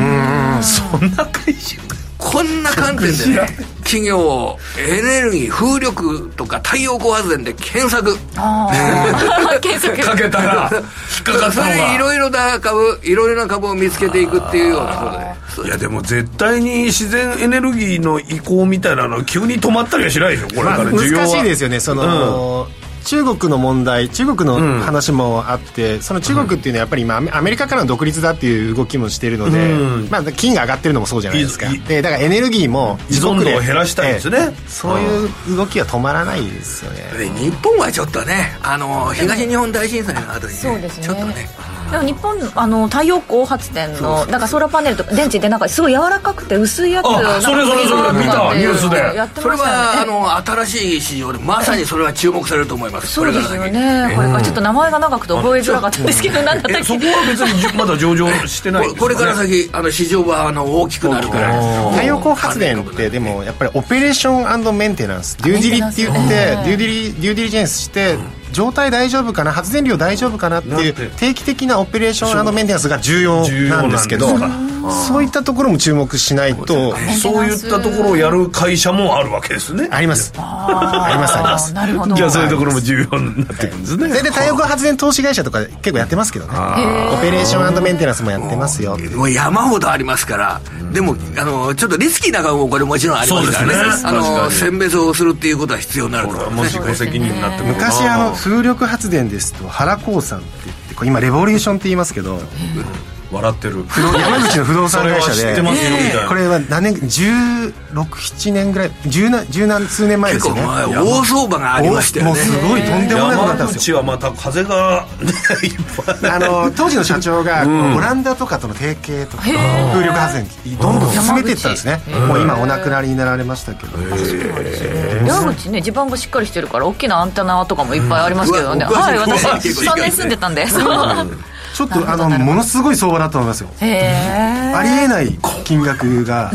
S4: そんな会社
S10: こんな観点でね企業をエネルギー風力とか太陽光発電で検索
S3: 検索
S4: かけたら引っかかった
S10: それでい
S4: のが
S10: ろいろな株いろいろな株を見つけていくっていうようなことでそう
S4: いやでも絶対に自然エネルギーの移行みたいなのは急に止まったりはしないでしょこれ
S2: ま
S4: か
S2: あ、
S4: ら需要は
S2: 難しいですよねその、中国の問題中国の話もあって、その中国っていうのはやっぱり今アメアメリカからの独立だっていう動きもしてるので、
S4: うん
S2: まあ、金が上がってるのもそうじゃないですか
S4: いい
S2: でだからエネルギーも
S4: 依存
S2: 自国
S4: 度を減らしたいんです
S2: え
S4: ね
S2: えそういう動きは止まらないですよね、
S10: で日本はちょっとねあの東日本大震災の後に、ね、
S3: そうですね
S10: ちょっとね
S3: でも日本あの太陽光発電のなんかソーラーパネルとか電池ってなんかすごい柔らかくて薄いやつ
S4: あ
S3: なんか
S4: それそれそれ
S3: なんか
S4: 見たニュースで
S3: やって
S10: そ
S3: ま
S10: れ
S3: した
S10: はあ
S3: よね
S10: の新しい市場でまさにそれは注目されると思います
S3: そうですよ
S10: これから
S3: ねこれからちょっと名前が長くて覚えづらかったんですけど何だった
S4: え
S3: っ
S4: そ
S3: け
S4: こは別にじゅまだ上場してないんで
S10: 先こ
S4: す
S10: これから
S4: ね
S10: 先あの市場はあの大きくなるから
S2: 太陽光発電ってでもやっぱりオペレーションメンテナンスデューディリって言ってデューディリデューディリジェンスして状態大丈夫かな発電量大丈夫かなってい
S4: なん
S2: う
S4: て
S2: 定期的なオペレーションメンテナンスが重要なんですけど
S4: 重要な
S2: そういったところも注目しないと
S4: そういったところをやる会社もあるわけですね
S2: ありますありますあります
S3: なるほど
S4: じゃあそういうところも重要になってくるんですね
S2: 全然太陽光発電投資会社とか結構やってますけどねオペレーションメンテナンスもやってますよ
S10: もう山ほどありますから、でもあのちょっとリスキーな株もこれもちろんありますからね
S4: そうですね
S10: あ
S4: 確か
S10: の
S4: に
S10: 選別をするっていうことは必要になると
S4: これ
S10: 思
S4: はいも
S10: ます
S4: しご責任になっても
S2: 昔あの風力発電ですと原光さんって言ってこれ今レボリューションって言いますけど
S4: 笑ってる
S2: 山口の不動産会社
S4: そ
S2: で
S4: れは知ってますよみたいな、
S2: これは何年1617年ぐらい十何十何数年前で
S10: 結
S2: す
S10: 構
S2: よね
S10: 前大相場がありましたよ
S2: も
S10: ね
S2: うすごいとんでもないことだった
S4: 山
S2: んです
S4: 口
S2: よ
S4: はまた風がねいっぱい
S2: あの当時の社長が、オランダとかとの提携とか風力発電機どんどん進めていったんですねもう今お亡くなりになられましたけど
S3: 山口ね地盤がしっかりしてるから大きなアンテナとかもいっぱいありますけどね、
S10: うんうわ
S3: はい
S10: 僕は
S3: 私
S10: 僕は
S3: 3年住んでたんで、す。
S2: ちょっとあのものすごい相場だったと思いますよ
S3: へえ
S2: ありえない金額が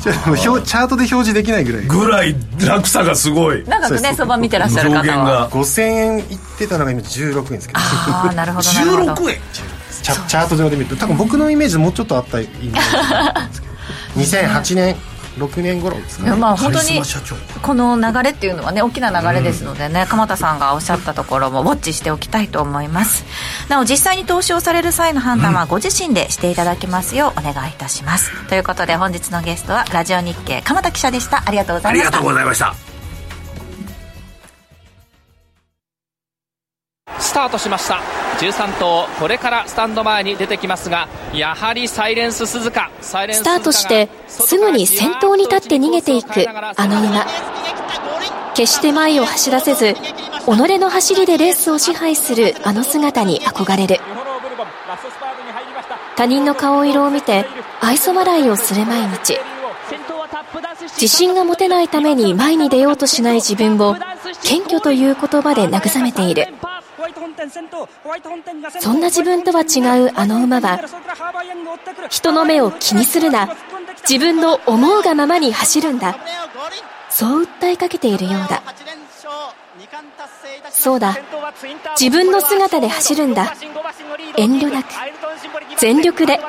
S2: ちょっと表チャートで表示できないぐらい
S4: ぐらい落差がすごい
S3: 長く
S2: そうで
S3: ね
S2: す
S3: そば見てらっしゃる
S4: 上
S3: 方
S4: 限
S3: は
S4: が
S2: 5000円いってたのが今16円ですけど
S3: ああなるほどなるほど
S10: 16円
S2: <laughs> チャチャート上で見ると多分僕のイメージもうちょっとあったイメージなんですけど2008年6年頃ですか
S3: いや
S2: ね
S3: まあ本当
S10: カリス
S3: に
S10: マ社長
S3: この流れっていうのはね大きな流れですのでね、鎌田さんがおっしゃったところもウォッチしておきたいと思いますなお実際に投資をされる際の判断はご自身でしていただきますようお願いいたします、ということで本日のゲストはラジオ日経鎌田記者でしたありがとうござ
S10: あ
S3: い
S10: り
S3: ま
S10: が
S3: した
S10: とうございました
S9: スタートしました13頭これからスタンド前に出てきますがやはりサイレンス鈴鹿サイレンス
S5: スタートしてすぐに先頭に立って逃げていくあの馬決して前を走らせず己の走りでレースを支配するあの姿に憧れる他人の顔色を見て愛想笑いをする毎日自信が持てないために前に出ようとしない自分を謙虚という言葉で慰めているそんな自分とは違うあの馬は人の目を気にするな自分の思うがままに走るんだそう訴えかけているようだそうだ自分の姿で走るんだ遠慮なく全力で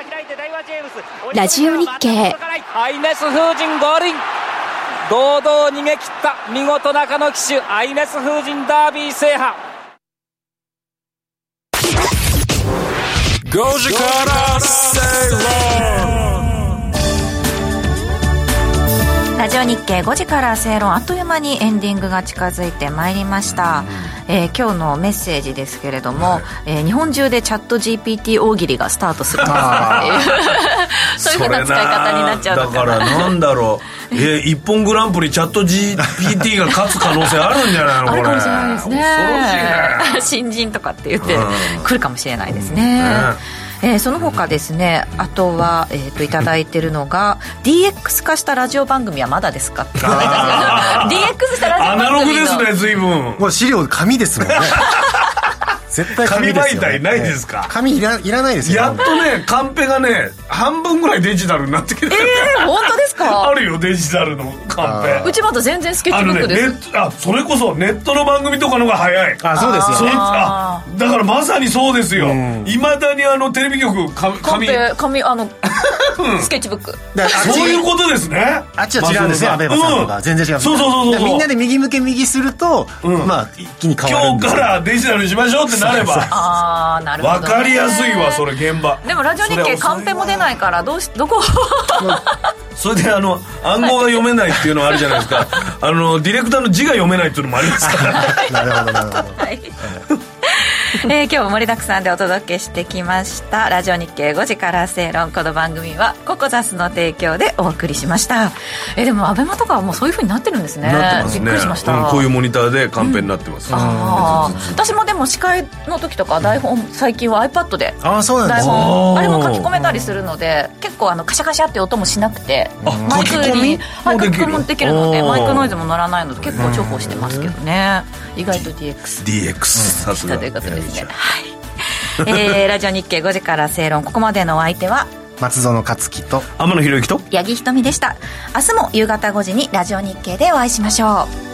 S5: ラジオ日経
S9: アイネス・フージン合輪堂々逃げ切った見事中野騎手アイネス・フージンダービー制覇
S1: Goji Kara Sailor
S3: ラジオ日経5時から正論あっという間にエンディングが近づいてまいりました、えー今日のメッセージですけれども、えー日本中でチャット GPT 大喜利がスタートすると
S2: あ
S3: <laughs> そういうふうな使い方になっちゃうの
S4: それ
S3: か
S4: な
S3: な
S4: だからなんだろ
S3: <laughs>
S4: うえー一本グランプリチャット GPT が勝つ可能性あるんじゃないの
S3: あ
S4: こ
S3: る
S4: れ
S3: かもしれないですね
S4: 恐ろしいね
S3: <laughs> 新人とかって言って
S4: うん
S3: 来るかもしれないですね、えーその他ですねあとは、えー、といただいてるのが DX 化したラジオ番組はまだですかって DX <laughs> したラジオ
S4: アナロ
S3: 番
S4: グ
S3: 組の
S4: ですね随分
S2: あもう資料紙ですもん
S3: <laughs>
S2: ね絶対紙ですよ、ね、
S4: 紙媒体ないですか
S2: 紙いらいらないですよ
S4: やっとねカンペがね半分ぐらいデジタルになってきてる、
S3: えー本当です
S4: あ
S3: か
S4: るよデジタルのカンペ
S3: うちまだ全然スケッ
S4: あ
S3: チブ
S4: の
S3: ック
S4: ね
S3: で
S4: ネ
S3: す
S4: ットあそれこそネットの番組とかのが早い
S2: あそうですよ
S4: そい
S2: ね
S4: つあだからまさにそうですよいま、だにあのテレビ局か
S3: カン
S4: 紙
S3: ペ紙あのスケッチブック
S2: だからあっち
S4: そういうことですね
S2: あっちは違うんですよ、
S4: 松
S2: アベ
S4: 本
S2: マさんとか、
S4: うん
S2: 全然違う
S4: そうそうそう
S2: だから
S4: そう
S2: みんなで右向け右すると、まあ一気に変わるん
S4: 今日
S2: です
S4: か
S2: よ
S4: らデジタルにしましょうってなれば
S3: ああなるほど、
S4: 分
S3: ね、
S4: かりやすいわそれ現場
S3: でもラジオ日経カンペも出ないからどうしど <laughs> こ
S4: それであの暗号が読めないっていうのはあるじゃないで
S2: <laughs>
S4: すかあのディレクターの字が読めないっていうのもありますから
S2: なるほどなるほど
S3: はい <laughs> えー今日も盛りだくさんでお届けしてきました「ラジオ日経5時から正論」この番組はココザスの提供でお送りしました、えーでもアベマとかはもうそういうふうになってるんですね
S4: なってます
S3: び
S4: ね
S3: っくりしました、
S4: うんこういうモニターでカンペになってます、
S3: あー私もでも司会の時とか台本最近は iPad で
S2: ああそうなんで
S3: 台
S2: すね
S3: 本
S4: おー
S3: あれも書き込めたりするので結構あのカシャカシャって音もしなくて
S4: あ
S3: マイクに
S4: 書
S3: は
S4: き込みも
S3: い
S4: で
S3: 書
S4: きる
S3: き込みもできるので
S4: おー
S3: マイクノイズも乗らないので結構重宝してますけどね意外と DX
S4: DX さす
S3: だ
S4: が
S3: ということですねはい、えー、
S4: <laughs>
S3: ラジオ日経5時から正論ここまでのお相手は
S2: 松園克樹と
S4: 天野ひろゆきと
S3: 八木ひとみでした明日も夕方5時にラジオ日経でお会いしましょう